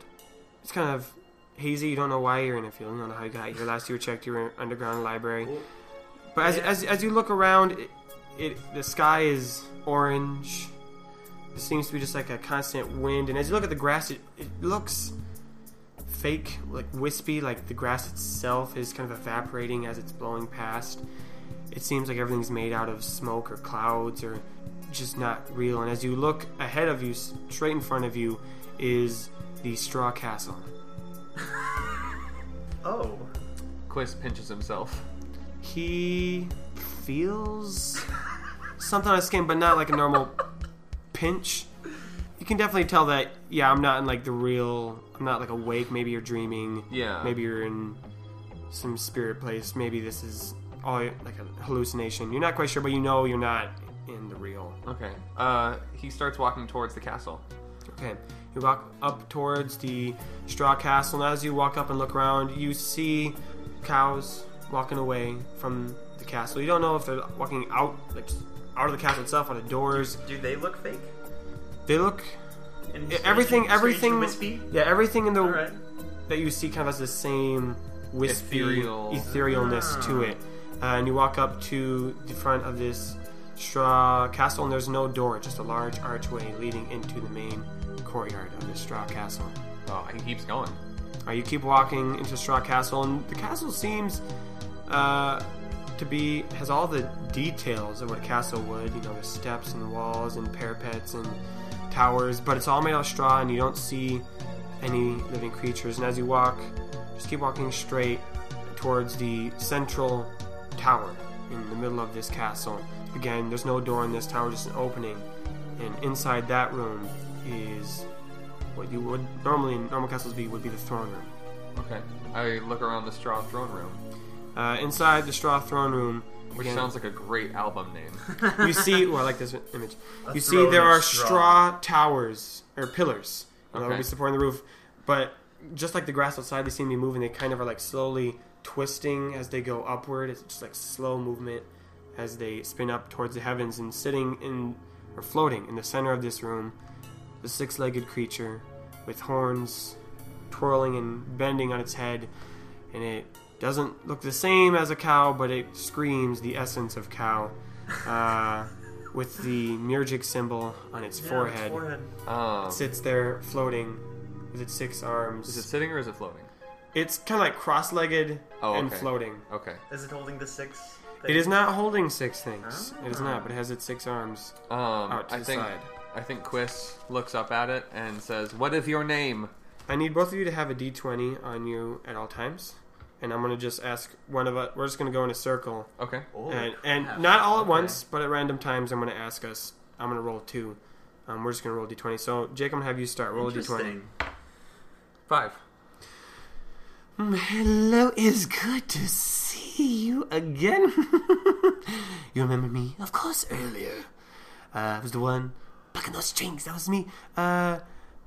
It's kind of hazy. You don't know why you're in a field. You don't know how you got here. Last you were checked, you were in an underground library.
Well,
But as,
yeah.
as, as you look around, it, it the sky is orange. There seems to be just like a constant wind. And as you look at the grass, it, it looks fake, like wispy. Like the grass itself is kind of evaporating as it's blowing past. It seems like everything's made out of smoke or clouds or just not real. And as you look ahead of you, s- straight in front of you, is the Straw Castle.
Oh,
Quist pinches himself.
He feels something on his skin, but not like a normal pinch. You can definitely tell that, yeah, I'm not in like the real, I'm not like awake. Maybe you're dreaming.
Yeah.
Maybe you're in some spirit place. Maybe this is all like a hallucination. You're not quite sure, but you know you're not in the real.
Okay. Uh, he starts walking towards the castle.
Okay. You walk up towards the straw castle, and as you walk up and look around, you see cows walking away from the castle. You don't know if they're walking out, like out of the castle itself, out of doors.
do they look fake?
They look
And
yeah,
strange-
everything,
strange
everything,
wispy.
yeah, everything in the
All right.
that you see kind of has the same wispy
Ethereal.
etherealness to
Ah.
it. Uh, and you walk up to the front of this straw castle, and there's no door, just a large archway leading into the main courtyard of this straw castle.
Oh, he keeps going.
Uh, you keep walking into Straw Castle, and the castle seems uh, to be has all the details of what a castle would. You know, the steps and walls and parapets and towers, but it's all made out of straw, and you don't see any living creatures. And as you walk, just keep walking straight towards the central tower in the middle of this castle. Again, there's no door in this tower, just an opening. And inside that room is what you would normally in normal castles be would be the throne room.
Okay. I look around the Straw Throne Room,
Uh, inside the straw throne room,
which
again,
sounds like a great album
(laughs)
name.
you see. Well, I like this image. you see,
throne
there
of
are
straw.
straw towers or pillars that will
Okay.
be supporting the roof, but just like the grass outside, they seem to be moving. They kind of are like slowly twisting as they go upward. It's just like slow movement as they spin up towards the heavens. And sitting in or floating in the center of this room, the six-legged creature with horns twirling and bending on its head, and it doesn't look the same as a cow, but it screams the essence of cow, uh, with the murgic symbol on its
Yeah,
forehead.
forehead.
Um,
Sits there floating with its six arms.
is it sitting or is it floating?
it's kind of like cross-legged
Oh,
and
okay.
floating.
Okay.
Is it holding the six?
It is not holding six things.
Ah.
It is not, but it has its six arms.
Um,
Out to
I
the
think
side.
I think Quiz looks up at it and says, "What is your name?"
I need both of you to have a d20 on you at all times. And I'm gonna just ask one of us. We're just gonna go in a circle,
Okay.
Oh,
and,
crap.
and not all at
Okay.
once, but at random times. I'm gonna ask us. I'm gonna roll two. Um, we're just gonna roll d20. So Jake, I'm gonna have you start. Roll a d20.
Interesting.
Five.
Hello, is good to see you again. (laughs) you remember me, of course. Earlier, uh, I was the one plucking those strings. That was me. Uh,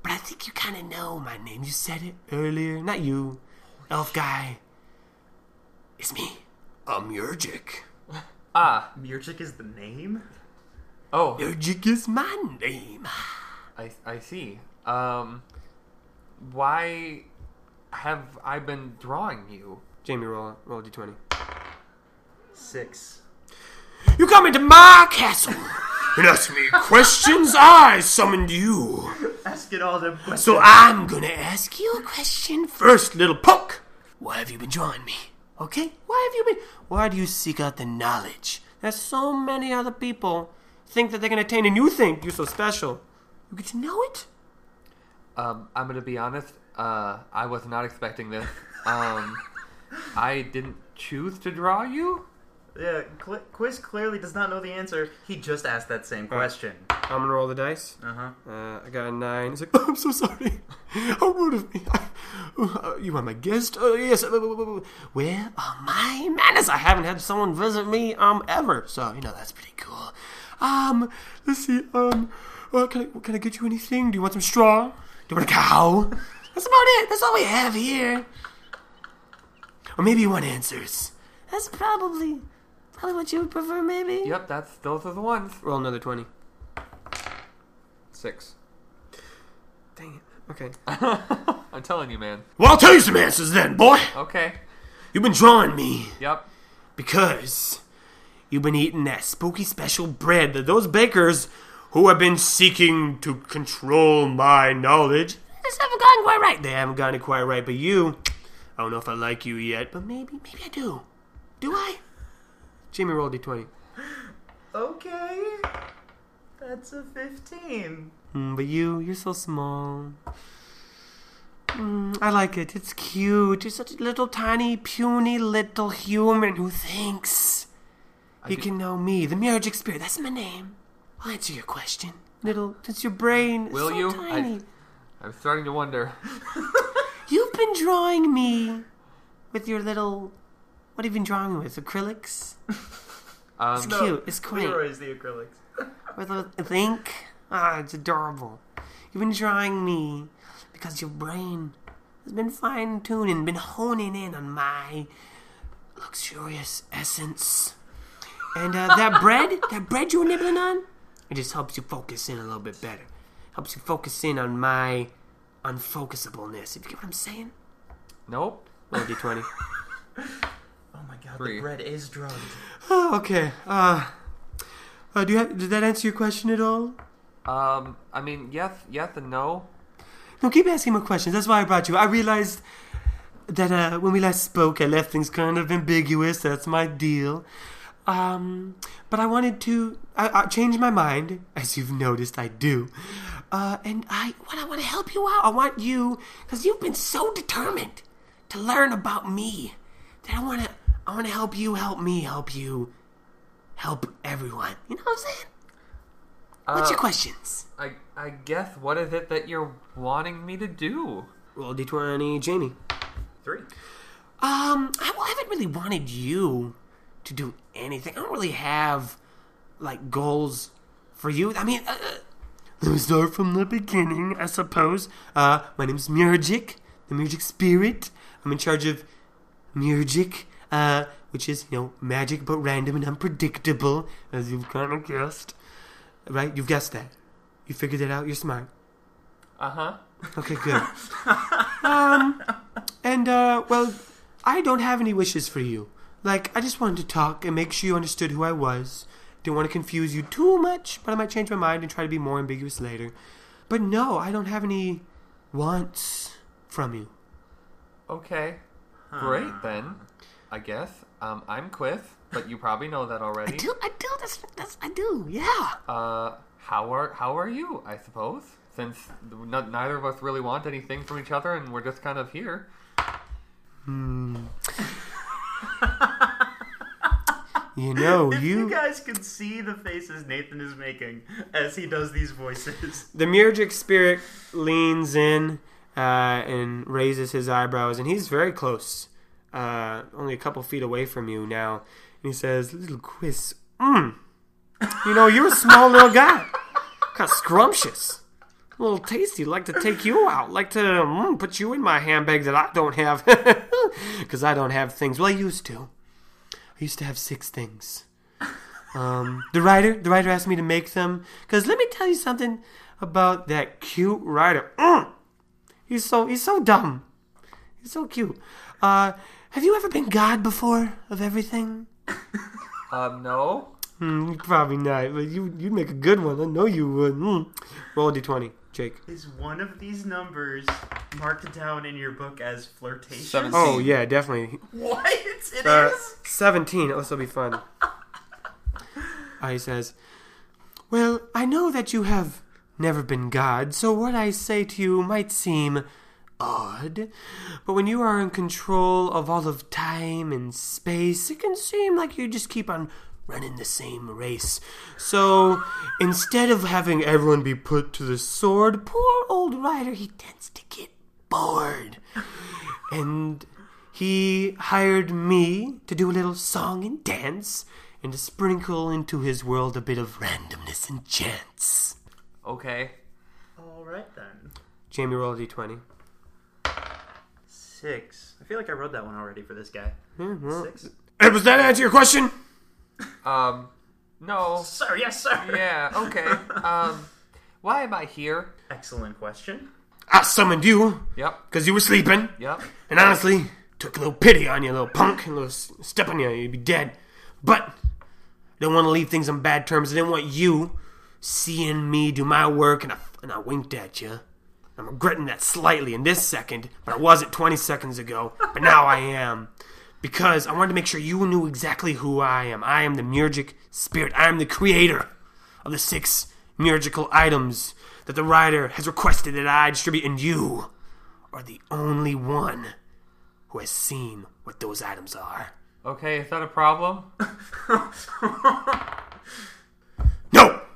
but I think you kind of know my name. You said it earlier. Not you, elf guy. It's me, Amurgic.
Ah.
Murgic is the name.
Oh.
Murgic is my name. (sighs)
I, I see. Um, why have I been drawing you?
Jamie, roll roll d twenty.
Six.
You come into my castle and ask me questions. (laughs) I summoned you.
Ask it all them questions.
So I'm gonna ask you a question first, little punk. Why have you been drawing me? Okay? Why have you been? Why do you seek out the knowledge that so many other people think that they can attain, and you think you're so special? You get to know it.
Um, I'm gonna be honest. Uh, I was not expecting this.
(laughs)
Um, I didn't choose to draw you.
Yeah, Cl- Quiz clearly does not know the answer. He just asked that
Uh.
same question.
I'm gonna roll the dice.
Uh huh.
Uh, I got a nine. He's like, (laughs) oh, I'm so sorry. How rude of me. (laughs) I, uh, you are my guest? Oh, yes. Where are my manners? I haven't had someone visit me um ever. So, you know, that's pretty cool. Um, let's see. Um, uh, can, I, can I get you anything? Do you want some straw? Do you want a cow? (laughs) That's about it. That's all we have here. Or maybe you want answers. That's probably probably what you would prefer, maybe.
Yep, that's those are the ones.
Roll another 20.
Six.
Dang it. Okay.
(laughs) I'm telling you, man.
Well, I'll tell you some answers then, boy.
Okay.
You've been drawing me
Yep.
because you've been eating that spooky special bread that those bakers who have been seeking to control my knowledge just haven't gotten quite right. They haven't gotten it quite right, but you, I don't know if I like you yet, but maybe, maybe I do. Do I? Jamie roll d20.
Okay. That's a 15.
Mm, but you, you're so small. Mm, I like it. It's cute. You're such a little tiny, puny little human who thinks he
do-
can know me. The Miragic Spirit, that's my name. I'll answer your question. Little, it's your brain. It's
Will
so
you? I-
Tiny.
I'm starting to wonder.
You've been drawing me with your little. What have you been drawing me with?
(laughs)
Acrylics?
Um,
It's cute. It's great.
Leroy is the acrylics.
(laughs) with a with ink. Ah, it's adorable. You've been drawing me because your brain has been fine tuning, been honing in on my luxurious essence. And uh,
(laughs)
that bread, that bread you were nibbling on, it just helps you focus in a little bit better. Helps you focus in on my unfocusableness. If you get what I'm saying?
nope.
Roll a d20.
Oh my god,
Three.
the bread is drugged.
oh, (sighs) okay. Uh, uh, do you have, did that answer your question at all?
(laughs) Um, I mean, yes, yes, and no.
No, keep asking more questions. That's why I brought you. I realized that uh, when we last spoke, I left things kind of ambiguous. That's my deal. Um, but I wanted to I, I change my mind, as you've noticed I do. Uh, and I, what I want to help you out. I want you, because you've been so determined to learn about me that I want to, I want to help you, help me, help you, help everyone. You know what I'm saying? What's
Uh,
your questions?
I I guess what is it that you're wanting me to do?
Roll d20, Jamie.
Three.
Um, I, well, I haven't really wanted you to do anything. I don't really have like goals for you. I mean, uh, uh,
Let me start from the beginning, I suppose. Uh, my name's Murgic, the Murgic Spirit. I'm in charge of Murgic, uh, which is, you know, magic but random and unpredictable, as you've kind of guessed. Right? You've guessed that. You figured it out. You're smart.
Uh huh.
Okay, good. um, and, uh, well, I don't have any wishes for you. Like, I just wanted to talk and make sure you understood who I was. Didn't want to confuse you too much, but I might change my mind and try to be more ambiguous later. But no, I don't have any wants from you.
Okay. Great then. I guess. Um, I'm Quiff, but you probably know that already.
Do I do that's, that's I do, yeah.
Uh, how are how are you? I suppose since n- neither of us really want anything from each other, and we're just kind of here.
You know,
If you
you
guys can see the faces Nathan is making as he does these voices. (laughs)
the Murgic spirit leans in uh, and raises his eyebrows, and he's very close, uh, only a couple feet away from you now. And he says, "Little quiz, mm. you know, you're a small little guy, kind of scrumptious, a little tasty. Like to take you out, like to mm, put you in my handbag that I don't have, (laughs) because I don't have things. Well, I used to.
I used to have six things. Um, the writer, the writer asked me to make them because let me tell you something about that cute writer. Mm! He's so he's so dumb. He's so cute. Uh, have you ever been God before of everything?
Um, no.
Hmm, probably not. But you you'd make a good one. I know you would. Mm.
Roll a d20, Jake.
Is one of these numbers marked down in your book as flirtation?
Seventeen.
Oh yeah, definitely.
(laughs) What? It
Uh,
is?
17. Oh, this will be fun.
Uh, he says, Well, I know that you have never been God, so what I say to you might seem odd, but when you are in control of all of time and space, it can seem like you just keep on running the same race. So instead of having everyone be put to the sword, poor old Ryder, he tends to get bored. And he hired me to do a little song and dance and to sprinkle into his world a bit of randomness and chance.
Okay.
All right then.
Jamie, roll a d20.
Six. I feel like I wrote that one already for this guy.
Mm-hmm.
Six.
Hey, was that answer your question?
Um, no.
Sir, yes, sir.
Yeah. Okay. Um, why am I here?
(laughs) Excellent question.
I summoned you
Yep.
because you were sleeping.
Yep.
And honestly, took a little pity on you, little punk, a little s- step on you, you'd be dead. But I didn't want to leave things on bad terms. I didn't want you seeing me do my work, and I, and I winked at you. I'm regretting that slightly in this second, but I wasn't 20 seconds ago, but now I am. Because I wanted to make sure you knew exactly who I am. I am the Murgic Spirit. I am the creator of the six Murgical items that the writer has requested that I distribute, and you are the only one who has seen what those items are.
Okay. Is that a problem?
No!
Okay.
(laughs)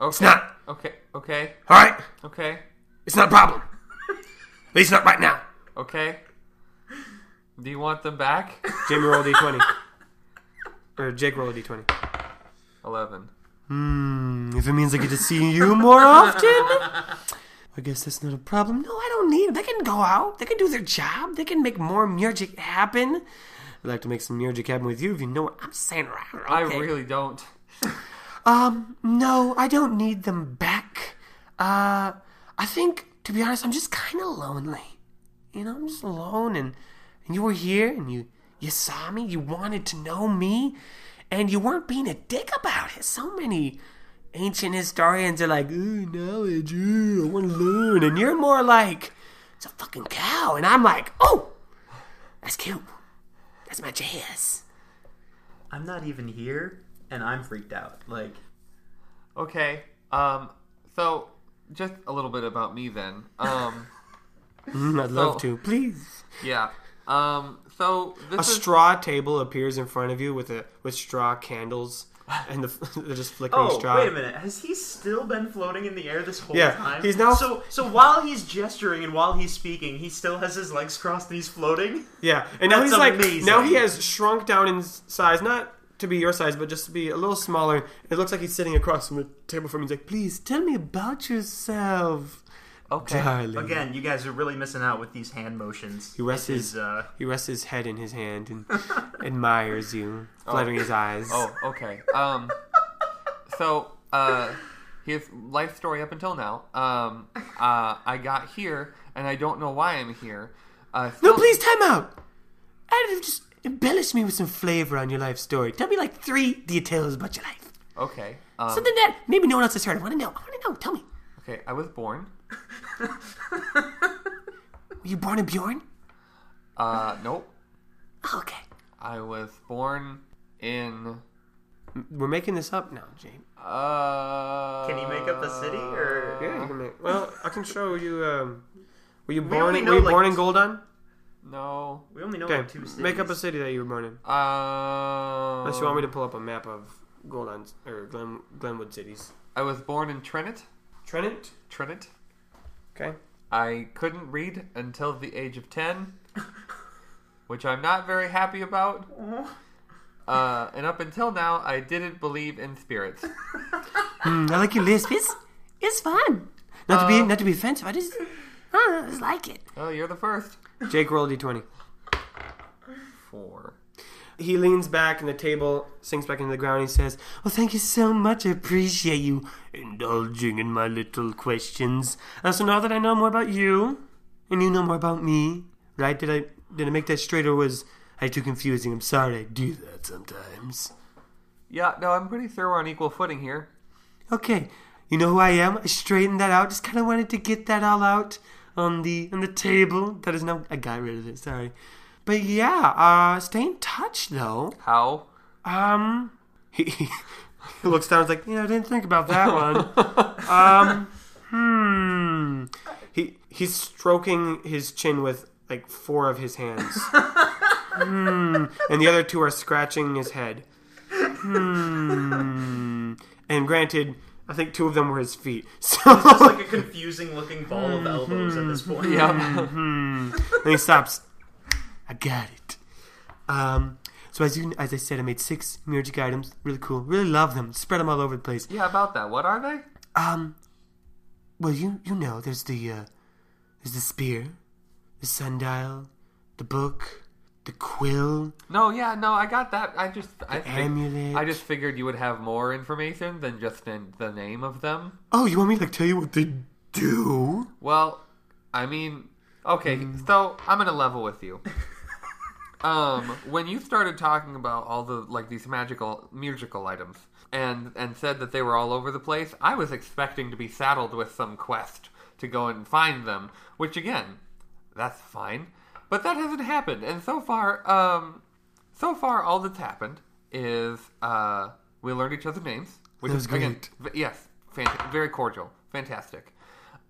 It's
not.
Okay. Okay.
Alright?
Okay.
It's not a problem. At least not right now.
Okay. Do you want them back?
Jamie roll a d20. or Jake roll a d20.
Eleven.
Hmm, if it means I get to see you more often, I guess that's not a problem. No, I don't need. They can go out. They can do their job. They can make more music happen.
I'd like to make some Murgic happen with you if you know what I'm saying.
I really don't.
Um, no, I don't need them back. Uh, I think, to be honest, I'm just kind of lonely. You know, I'm just alone, and, and you were here, and you you saw me, you wanted to know me, and you weren't being a dick about it. So many ancient historians are like, ooh, knowledge, ooh, I want to learn, and you're more like, it's a fucking cow, and I'm like, oh, That's cute. That's my jazz.
I'm not even here, and I'm freaked out. Like,
Okay. Um. So, just a little bit about me then. Um.
Mm, I'd love
Oh.
to. Please.
yeah. Um. So
A
this is
straw table appears in front of you with a with straw candles and the, (laughs) they're just flickering
oh,
straw.
wait a minute. Has he still been floating in the air this whole
Yeah,
time?
he's now-
So, so while he's gesturing and while he's speaking, he still has his legs crossed and
(laughs)
he's floating.
Yeah, and now
That's
he's like
amazing.
now he has shrunk down in s- size, not to be your size, but just to be a little smaller. It looks like he's sitting across from the table from you. He's like, "Please tell me about yourself,
okay.
darling."
Again, you guys are really missing out with these hand motions.
He rests
It
his-
is, uh,
He rests his head in his hand and (laughs) admires you, fluttering his eyes.
Oh, okay. Um, so, uh, his life story up until now. Um, uh, I got here, and I don't know why I'm here. Uh,
no,
still-
please time out. And just embellish me with some flavor on your life story. Tell me like three details about your life.
Okay. Um,
Something that maybe no one else has heard. I want to know. I want to know. Tell me.
okay. I was born.
Were you born in Bjorn?
Uh, nope.
Oh, okay.
I was born in.
We're making this up now, Jane.
Uh,
can he make up a city or?
Yeah, you can make. Well, I can show you. Um, were you born?
only
In,
know,
were you
like,
born in Goldon?
No.
We only know
Okay,
like two cities.
make up a city that you were born in.
Um,
Unless you want me to pull up a map of Goldon or Glen, Glenwood cities.
I was born in Trinit.
Trinit.
Trinit.
Okay.
I couldn't read until the age of 10, which I'm not very happy about. Uh, and up until now, I didn't believe in spirits.
Mm,
I like your lisp. It's, it's fun. Not to
Uh,
be not to be offensive. I just, I just like it.
Oh, you're the first.
Jake roll a d20.
Four.
He leans back and the table sinks back into the ground. He says,
Well, "Oh, thank you so much. I appreciate you indulging in my little questions. Uh, so now that I know more about you, and you know more about me, right? Did I did I make that straight, or was I too confusing? I'm sorry. I do that sometimes.
Yeah, no, I'm pretty sure we're on equal footing here.
Okay, you know who I am. I straightened that out. Just kind of wanted to get that all out on the on the table. That is now I got rid of it. Sorry, but yeah, uh, stay in touch though.
How?
Um, (laughs) he, he looks down. He's like, yeah, I didn't think about that one. um, hmm.
he he's stroking his chin with like four of his hands. Hmm. And the other two are scratching his head. Hmm. And granted, I think two of them were
(laughs)
his feet. So (laughs)
It's like a confusing looking ball
Mm-hmm.
of elbows at this point.
Yeah.
and he stops.
I got it. Um, so as you, as I said, I made six music items. Really cool. Really love them. Spread them all over the place.
yeah, about that. What are they?
Um, well, you you know, there's the uh, there's the spear, the sundial, the book, the quill,
No, yeah, no, I got that. I just, I think,
amulet.
I just figured you would have more information than just in the name of them.
Oh, you want me to like tell you what they do?
Well, I mean, okay,
Mm.
so I'm gonna level
(laughs)
with you. um, when you started talking about all the like these magical musical items and and said that they were all over the place, I was expecting to be saddled with some quest to go and find them, which again, that's fine, but that hasn't happened. And so far, um, so far, all that's happened is uh, we learned each other's names, which
That
is
was
again,
great.
v- yes, fant- very cordial, fantastic.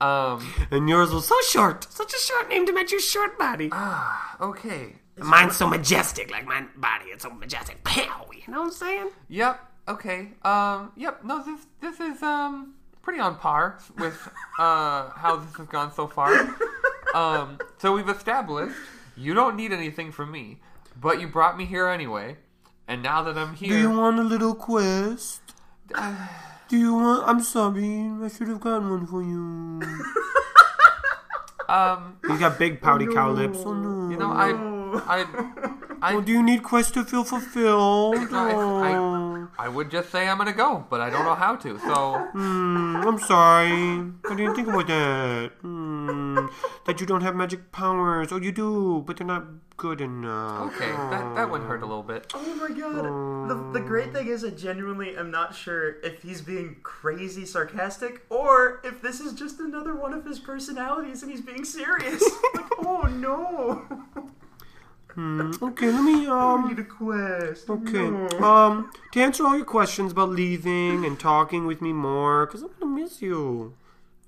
Um,
And yours was so short, such a short name to match your short body. Uh,
Okay.
Mine's so majestic, like my body. It's so majestic. Pow. You know what I'm saying?
Yep. Okay. Um. Yep. No. This. This is um pretty on par with uh how this has gone so far. Um. So we've established you don't need anything from me, but you brought me here anyway, and now that I'm
Do you
here,
want a little (sighs) quest? Do you want? I'm sorry, I should have gotten one for (laughs) you.
um,
He's got big pouty cow lips.
Oh no.
you know, I, I,
Well, do you need quests to feel fulfilled?
No, (laughs) I- I-
Oh,
I would just say I'm gonna go, but I don't know how to. So
Hmm,
mm, I'm sorry. I didn't think about that.
Hmm,
Mm, that you don't have magic powers. Oh, you do, but they're not good enough.
okay, that that one hurt a little bit.
Oh my god.
Um.
The, the great thing is, I genuinely am not sure if he's being crazy sarcastic or if this is just
(laughs)
another one of his personalities and he's being serious. like, oh no.
Hmm, okay, let me um
need a quest.
Okay.
No.
Um, to answer all your questions about leaving and talking with me more, because I'm gonna miss you.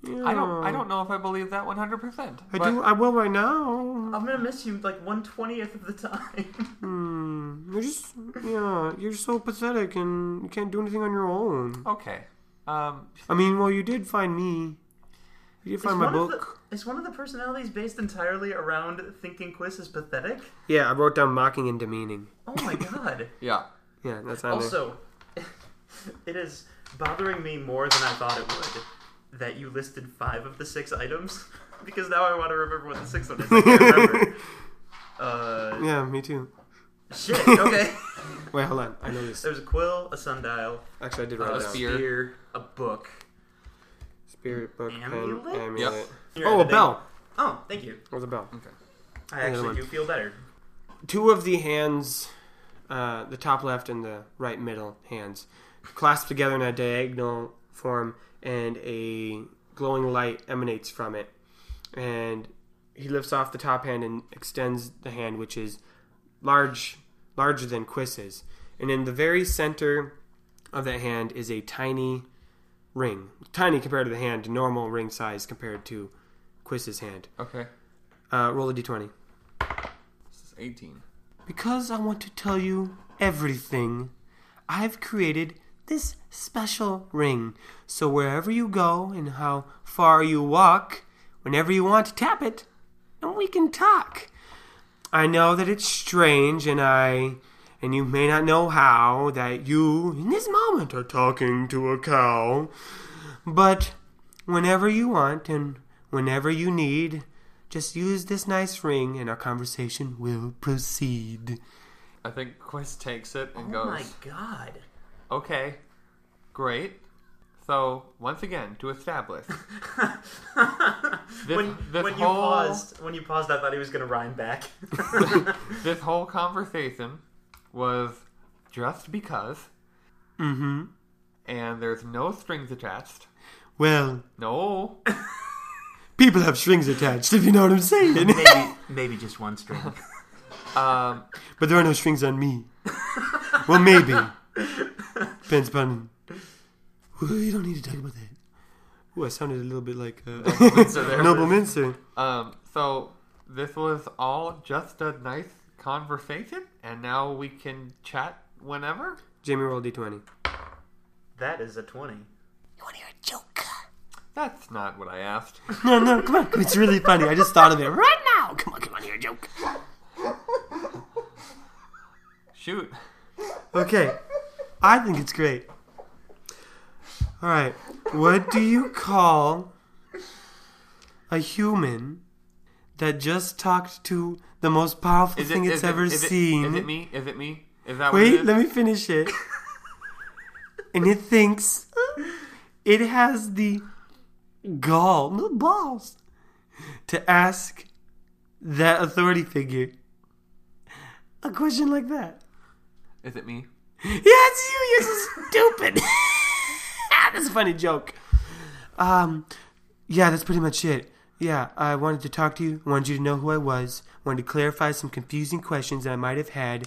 Yeah.
I don't. I don't know if I believe that one hundred percent.
I do. I will right now.
I'm gonna miss you like one twentieth of the time.
Hmm. You're just. Yeah. You're so pathetic, and you can't do anything on your own.
Okay. Um,
I mean, well, you did find me. You did find my
one of the-
book.
is one of the personalities based entirely around thinking Quiz is pathetic?
Yeah, I wrote down mocking and demeaning.
Oh my god.
yeah.
Yeah, that's not there.
also, (laughs) it is bothering me more than I thought it would that you listed five of the six items because now I want to remember what the sixth one is. I can't (laughs) remember. Uh,
(laughs) Yeah, me too.
shit, okay. (laughs)
Wait, hold on. I know this.
There's a quill, a sundial,
Actually, I did
a
write it down.
spear.
Uh, spear, a book.
Spirit book, pen,
Amulet?
amulet.
Yep.
Here,
Oh, a
they-
bell.
Oh, thank you.
Or the bell.
I
Another
actually
one.
do feel better.
two of the hands, uh, the top left and the right middle hands, clasped together in a diagonal form, and a glowing light emanates from it. And he lifts off the top hand and extends the hand, which is large, larger than Quiss's. And in the very center of that hand is a tiny ring, tiny compared to the hand, normal ring size compared to Quiss's hand.
Okay.
Uh, roll a d20.
This is eighteen.
Because I want to tell you everything, I've created this special ring. So wherever you go and how far you walk, whenever you want, tap it, and we can talk. I know that it's strange, and I. And you may not know how that you, in this moment, are talking to a cow. But whenever you want and whenever you need, just use this nice ring and our conversation will proceed.
I think Quest takes it and
Oh
goes.
my god.
Okay, great. So once again,
(laughs)
to establish this,
when
this
when you
whole
paused, when you paused, I thought he was gonna rhyme back.
this whole conversation was just because,
Mm-hmm.
and there's no strings attached.
Well,
No,
people have strings attached, if you know what I'm saying.
(laughs) maybe, maybe just one string.
um,
but there are no strings on me. well, maybe. Depends upon. Well, you don't need to talk about that. Ooh, I sounded a little bit like uh,
so
(laughs)
there.
Noble Mincer.
Um, so this was all just a nice conversation, and now we can chat whenever.
Jamie rolled d20.
(laughs) that is a twenty.
That's not what
(laughs)
I asked.
No, no, come on. It's really funny. I just thought of it right now. Come on, come on, here, joke.
Shoot.
Okay. I think it's great. All right. What do you call a human that just talked to the most powerful
Is it-
thing
is
it's
it-
ever
is it-
seen?
Is it me? Is it me? Is that what it
Wait,
is?
let me finish it. and it thinks it has the gall, no balls, to ask that authority figure a question like that.
Is it me?
Yeah, it's you. You're so stupid. (laughs) Ah, that's a funny joke. Um, yeah, that's pretty much it. Yeah, I wanted to talk to you. Wanted you to know who I was. Wanted to clarify some confusing questions that I might have had.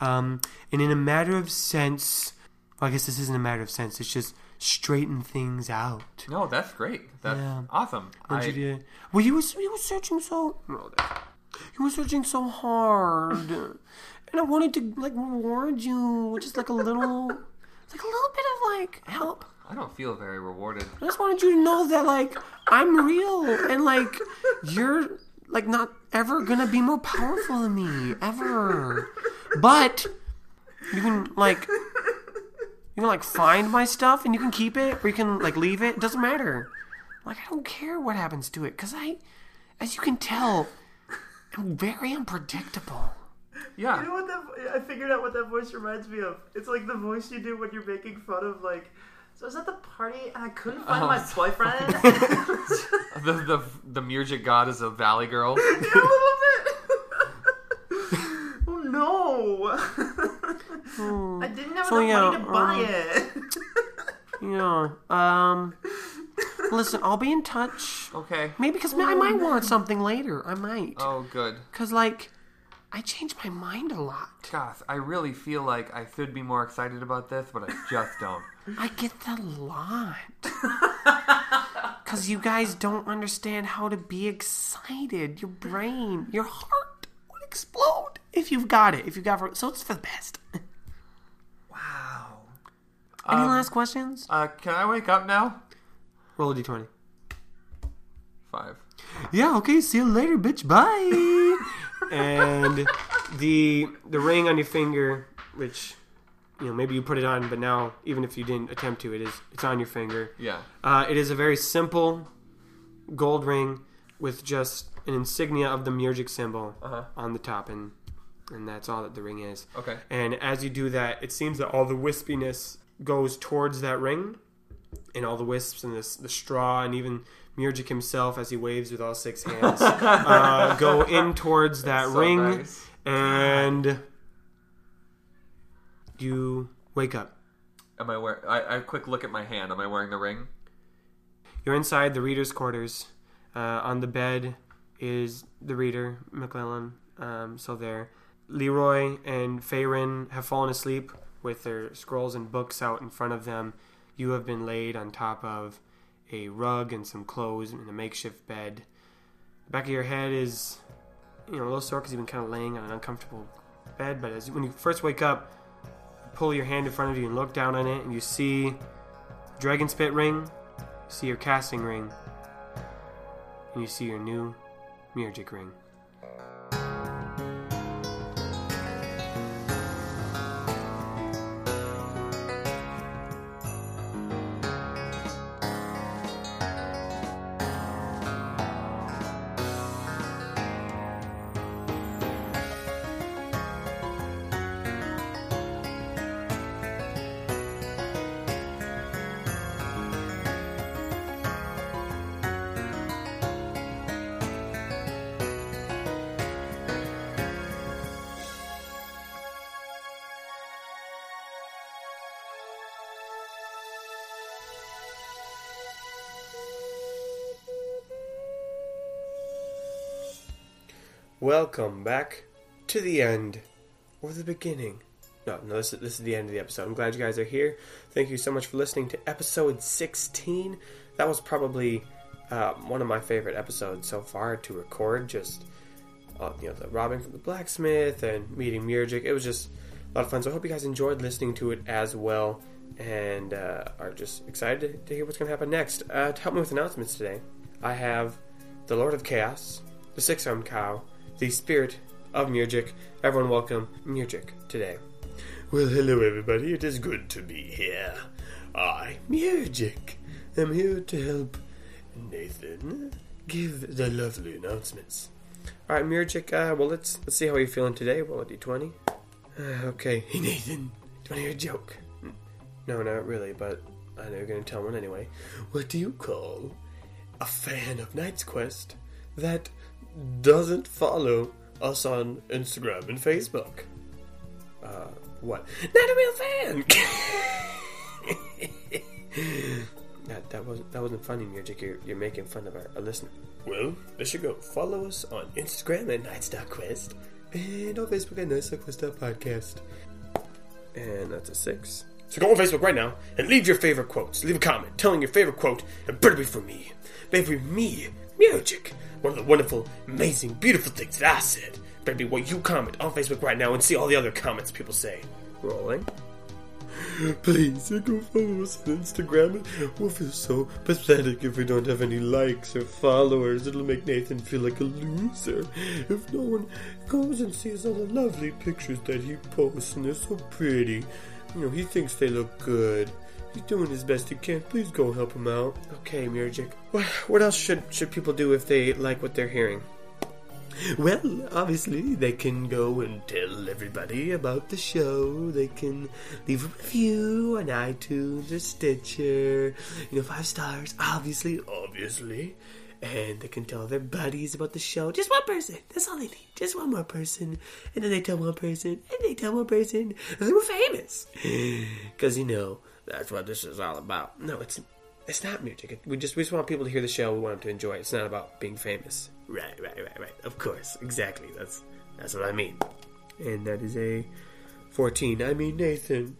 Um, and in a matter of sense, well, I guess this isn't a matter of sense. It's just straighten things out.
No, that's great. That's
Yeah.
awesome.
Wanted
I-
you to- well, you were you were searching so you were searching so hard, and I wanted to like reward you, just like a little, like a little bit of like help.
I don't feel very rewarded.
I just wanted you to know that like I'm real and like you're like not ever gonna be more powerful than me ever. But you can like you can like find my stuff and you can keep it or you can like leave it. It doesn't matter. Like I don't care what happens to it because I, as you can tell, I'm very unpredictable.
Yeah.
You know what that I figured out what that voice reminds me of. It's like the voice you do when you're making fun of like. So I was at the party and I couldn't find
Oh,
my
(laughs)
boyfriend. yeah,
the the the music god is a
(laughs)
valley
a
girl.
little bit. oh no! I didn't have
Hmm. So,
enough money
yeah,
to buy
um,
it. (laughs)
Yeah. Um. Listen, I'll be in touch.
Okay.
Maybe because I might want something later. I might.
Oh, good.
Cause like, I change my mind a lot.
Gosh, I really feel like I should be more excited about this, but I just (laughs) don't.
I get that a lot. (laughs) Because you guys don't understand how to be excited. Your brain, your heart would explode if you've got it. If you got so it's for the best.
Wow.
Any last questions?
Uh, can I wake up now?
Roll a d20.
Five.
Yeah, okay, see you later, bitch. Bye. and the the ring on your finger, which you know, maybe you put it on, but now even if you didn't attempt to, it is it's on your finger.
Yeah.
Uh, it is a very simple gold ring with just an insignia of the Murgic symbol on the top, and and that's all that the ring is.
Uh-huh. Okay.
And as you do that, it seems that all the wispiness goes towards that ring, and all the wisps and this the straw and even Murgic himself, as he waves with all six
(laughs)
hands, uh, go in towards that
So
ring,
nice.
and you wake up.
Am I wearing? I, I quick look at my hand. Am I wearing the ring?
You're inside the reader's quarters. Uh, on the bed is the reader, McClellan, um, still there. Leroy and Feyrin have fallen asleep with their scrolls and books out in front of them. You have been laid on top of a rug and some clothes and a makeshift bed. The back of your head is, you know, a little sore because you've been kind of laying on an uncomfortable bed. But as when you first wake up, you pull your hand in front of you and look down on it, and you see dragon spit ring see your casting ring, and you see your new Mirjik ring. Welcome back to the end or the beginning. No, no, this is, this is the end of the episode. I'm glad you guys are here. Thank you so much for listening to episode 16. That was probably uh, one of my favorite episodes so far to record. Just uh, you know, the robbing from the blacksmith and meeting Mirjik. It was just a lot of fun. So I hope you guys enjoyed listening to it as well, and uh, are just excited to hear what's going to happen next. Uh, to help me with announcements today, I have the Lord of Chaos, the Six-Armed Cow, the Spirit of Mirjik. Everyone, welcome Mirjik today. Well, hello everybody. It is good to be here. I, Mirjik, am here to help Nathan give the lovely announcements. All right, Mirjik. Uh, well, let's let's see how you're feeling today. Roll a d20. Uh, okay. (laughs) Hey, Nathan. Do you want to hear a joke? No, not really. But I know you're gonna tell one anyway. What do you call a fan of Knight's Quest that doesn't follow us on Instagram and Facebook? Uh, what? Not a real (laughs) fan. that that wasn't that wasn't funny, Mirjik. You're, you're making fun of our, a listener. Well, there should go. Follow us on Instagram at Nightstarquest and on Facebook at Nightstarquest.podcast. And that's a six. So go on Facebook right now and leave your favorite quotes. Leave a comment telling your favorite quote, and better be from me. Better be me, Music. One of the wonderful, amazing, beautiful things that I said. Better be what you comment on Facebook right now and see all the other comments people say. Rolling. Please go follow us on Instagram. We'll feel so pathetic if we don't have any likes or followers. It'll make Nathan feel like a loser if no one goes and sees all the lovely pictures that he posts and they're so pretty. You know, he thinks they look good. He's doing his best he can. Please go help him out. Okay, Mirjik. What, what else should, should people do if they like what they're hearing? Well, obviously, they can go and tell everybody about the show. They can leave a review on iTunes or Stitcher. You know, five stars, obviously, obviously. And they can tell their buddies about the show. Just one person. That's all they need. Just one more person. And then they tell one person. And they tell one person. And then we're famous. (sighs) Because, you know, that's what this is all about. No, it's it's not music. We just we just want people to hear the show. We want them to enjoy it. It's not about being famous. Right, right, right, right. Of course, exactly. That's That's what I mean. And that is a 14. I mean, Nathan,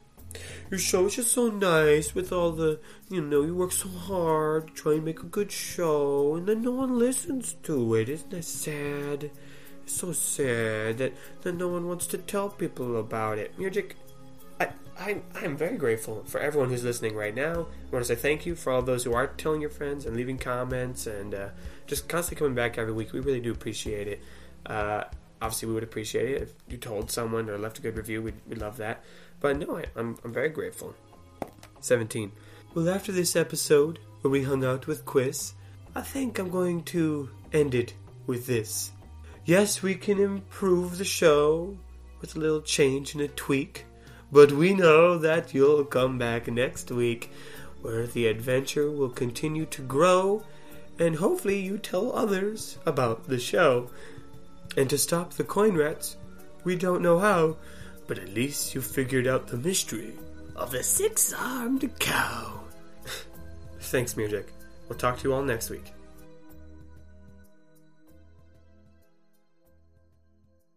your show is just so nice with all the, you know, you work so hard to try and make a good show, and then no one listens to it. Isn't that sad? It's so sad that, that no one wants to tell people about it. Music. I, I, I'm very grateful for everyone who's listening right now. I want to say thank you for all those who are telling your friends and leaving comments and uh, just constantly coming back every week. We really do appreciate it. Uh, obviously, we would appreciate it if you told someone or left a good review. We'd, we'd love that. But no, I, I'm, I'm very grateful. 17. Well, after this episode where we hung out with Quiz, I think I'm going to end it with this. Yes, we can improve the show with a little change and a tweak, but we know that you'll come back next week where the adventure will continue to grow and hopefully you tell others about the show. And to stop the coin rats, we don't know how, but at least you figured out the mystery of the (laughs) six armed cow. Thanks, Music. We'll talk to you all next week.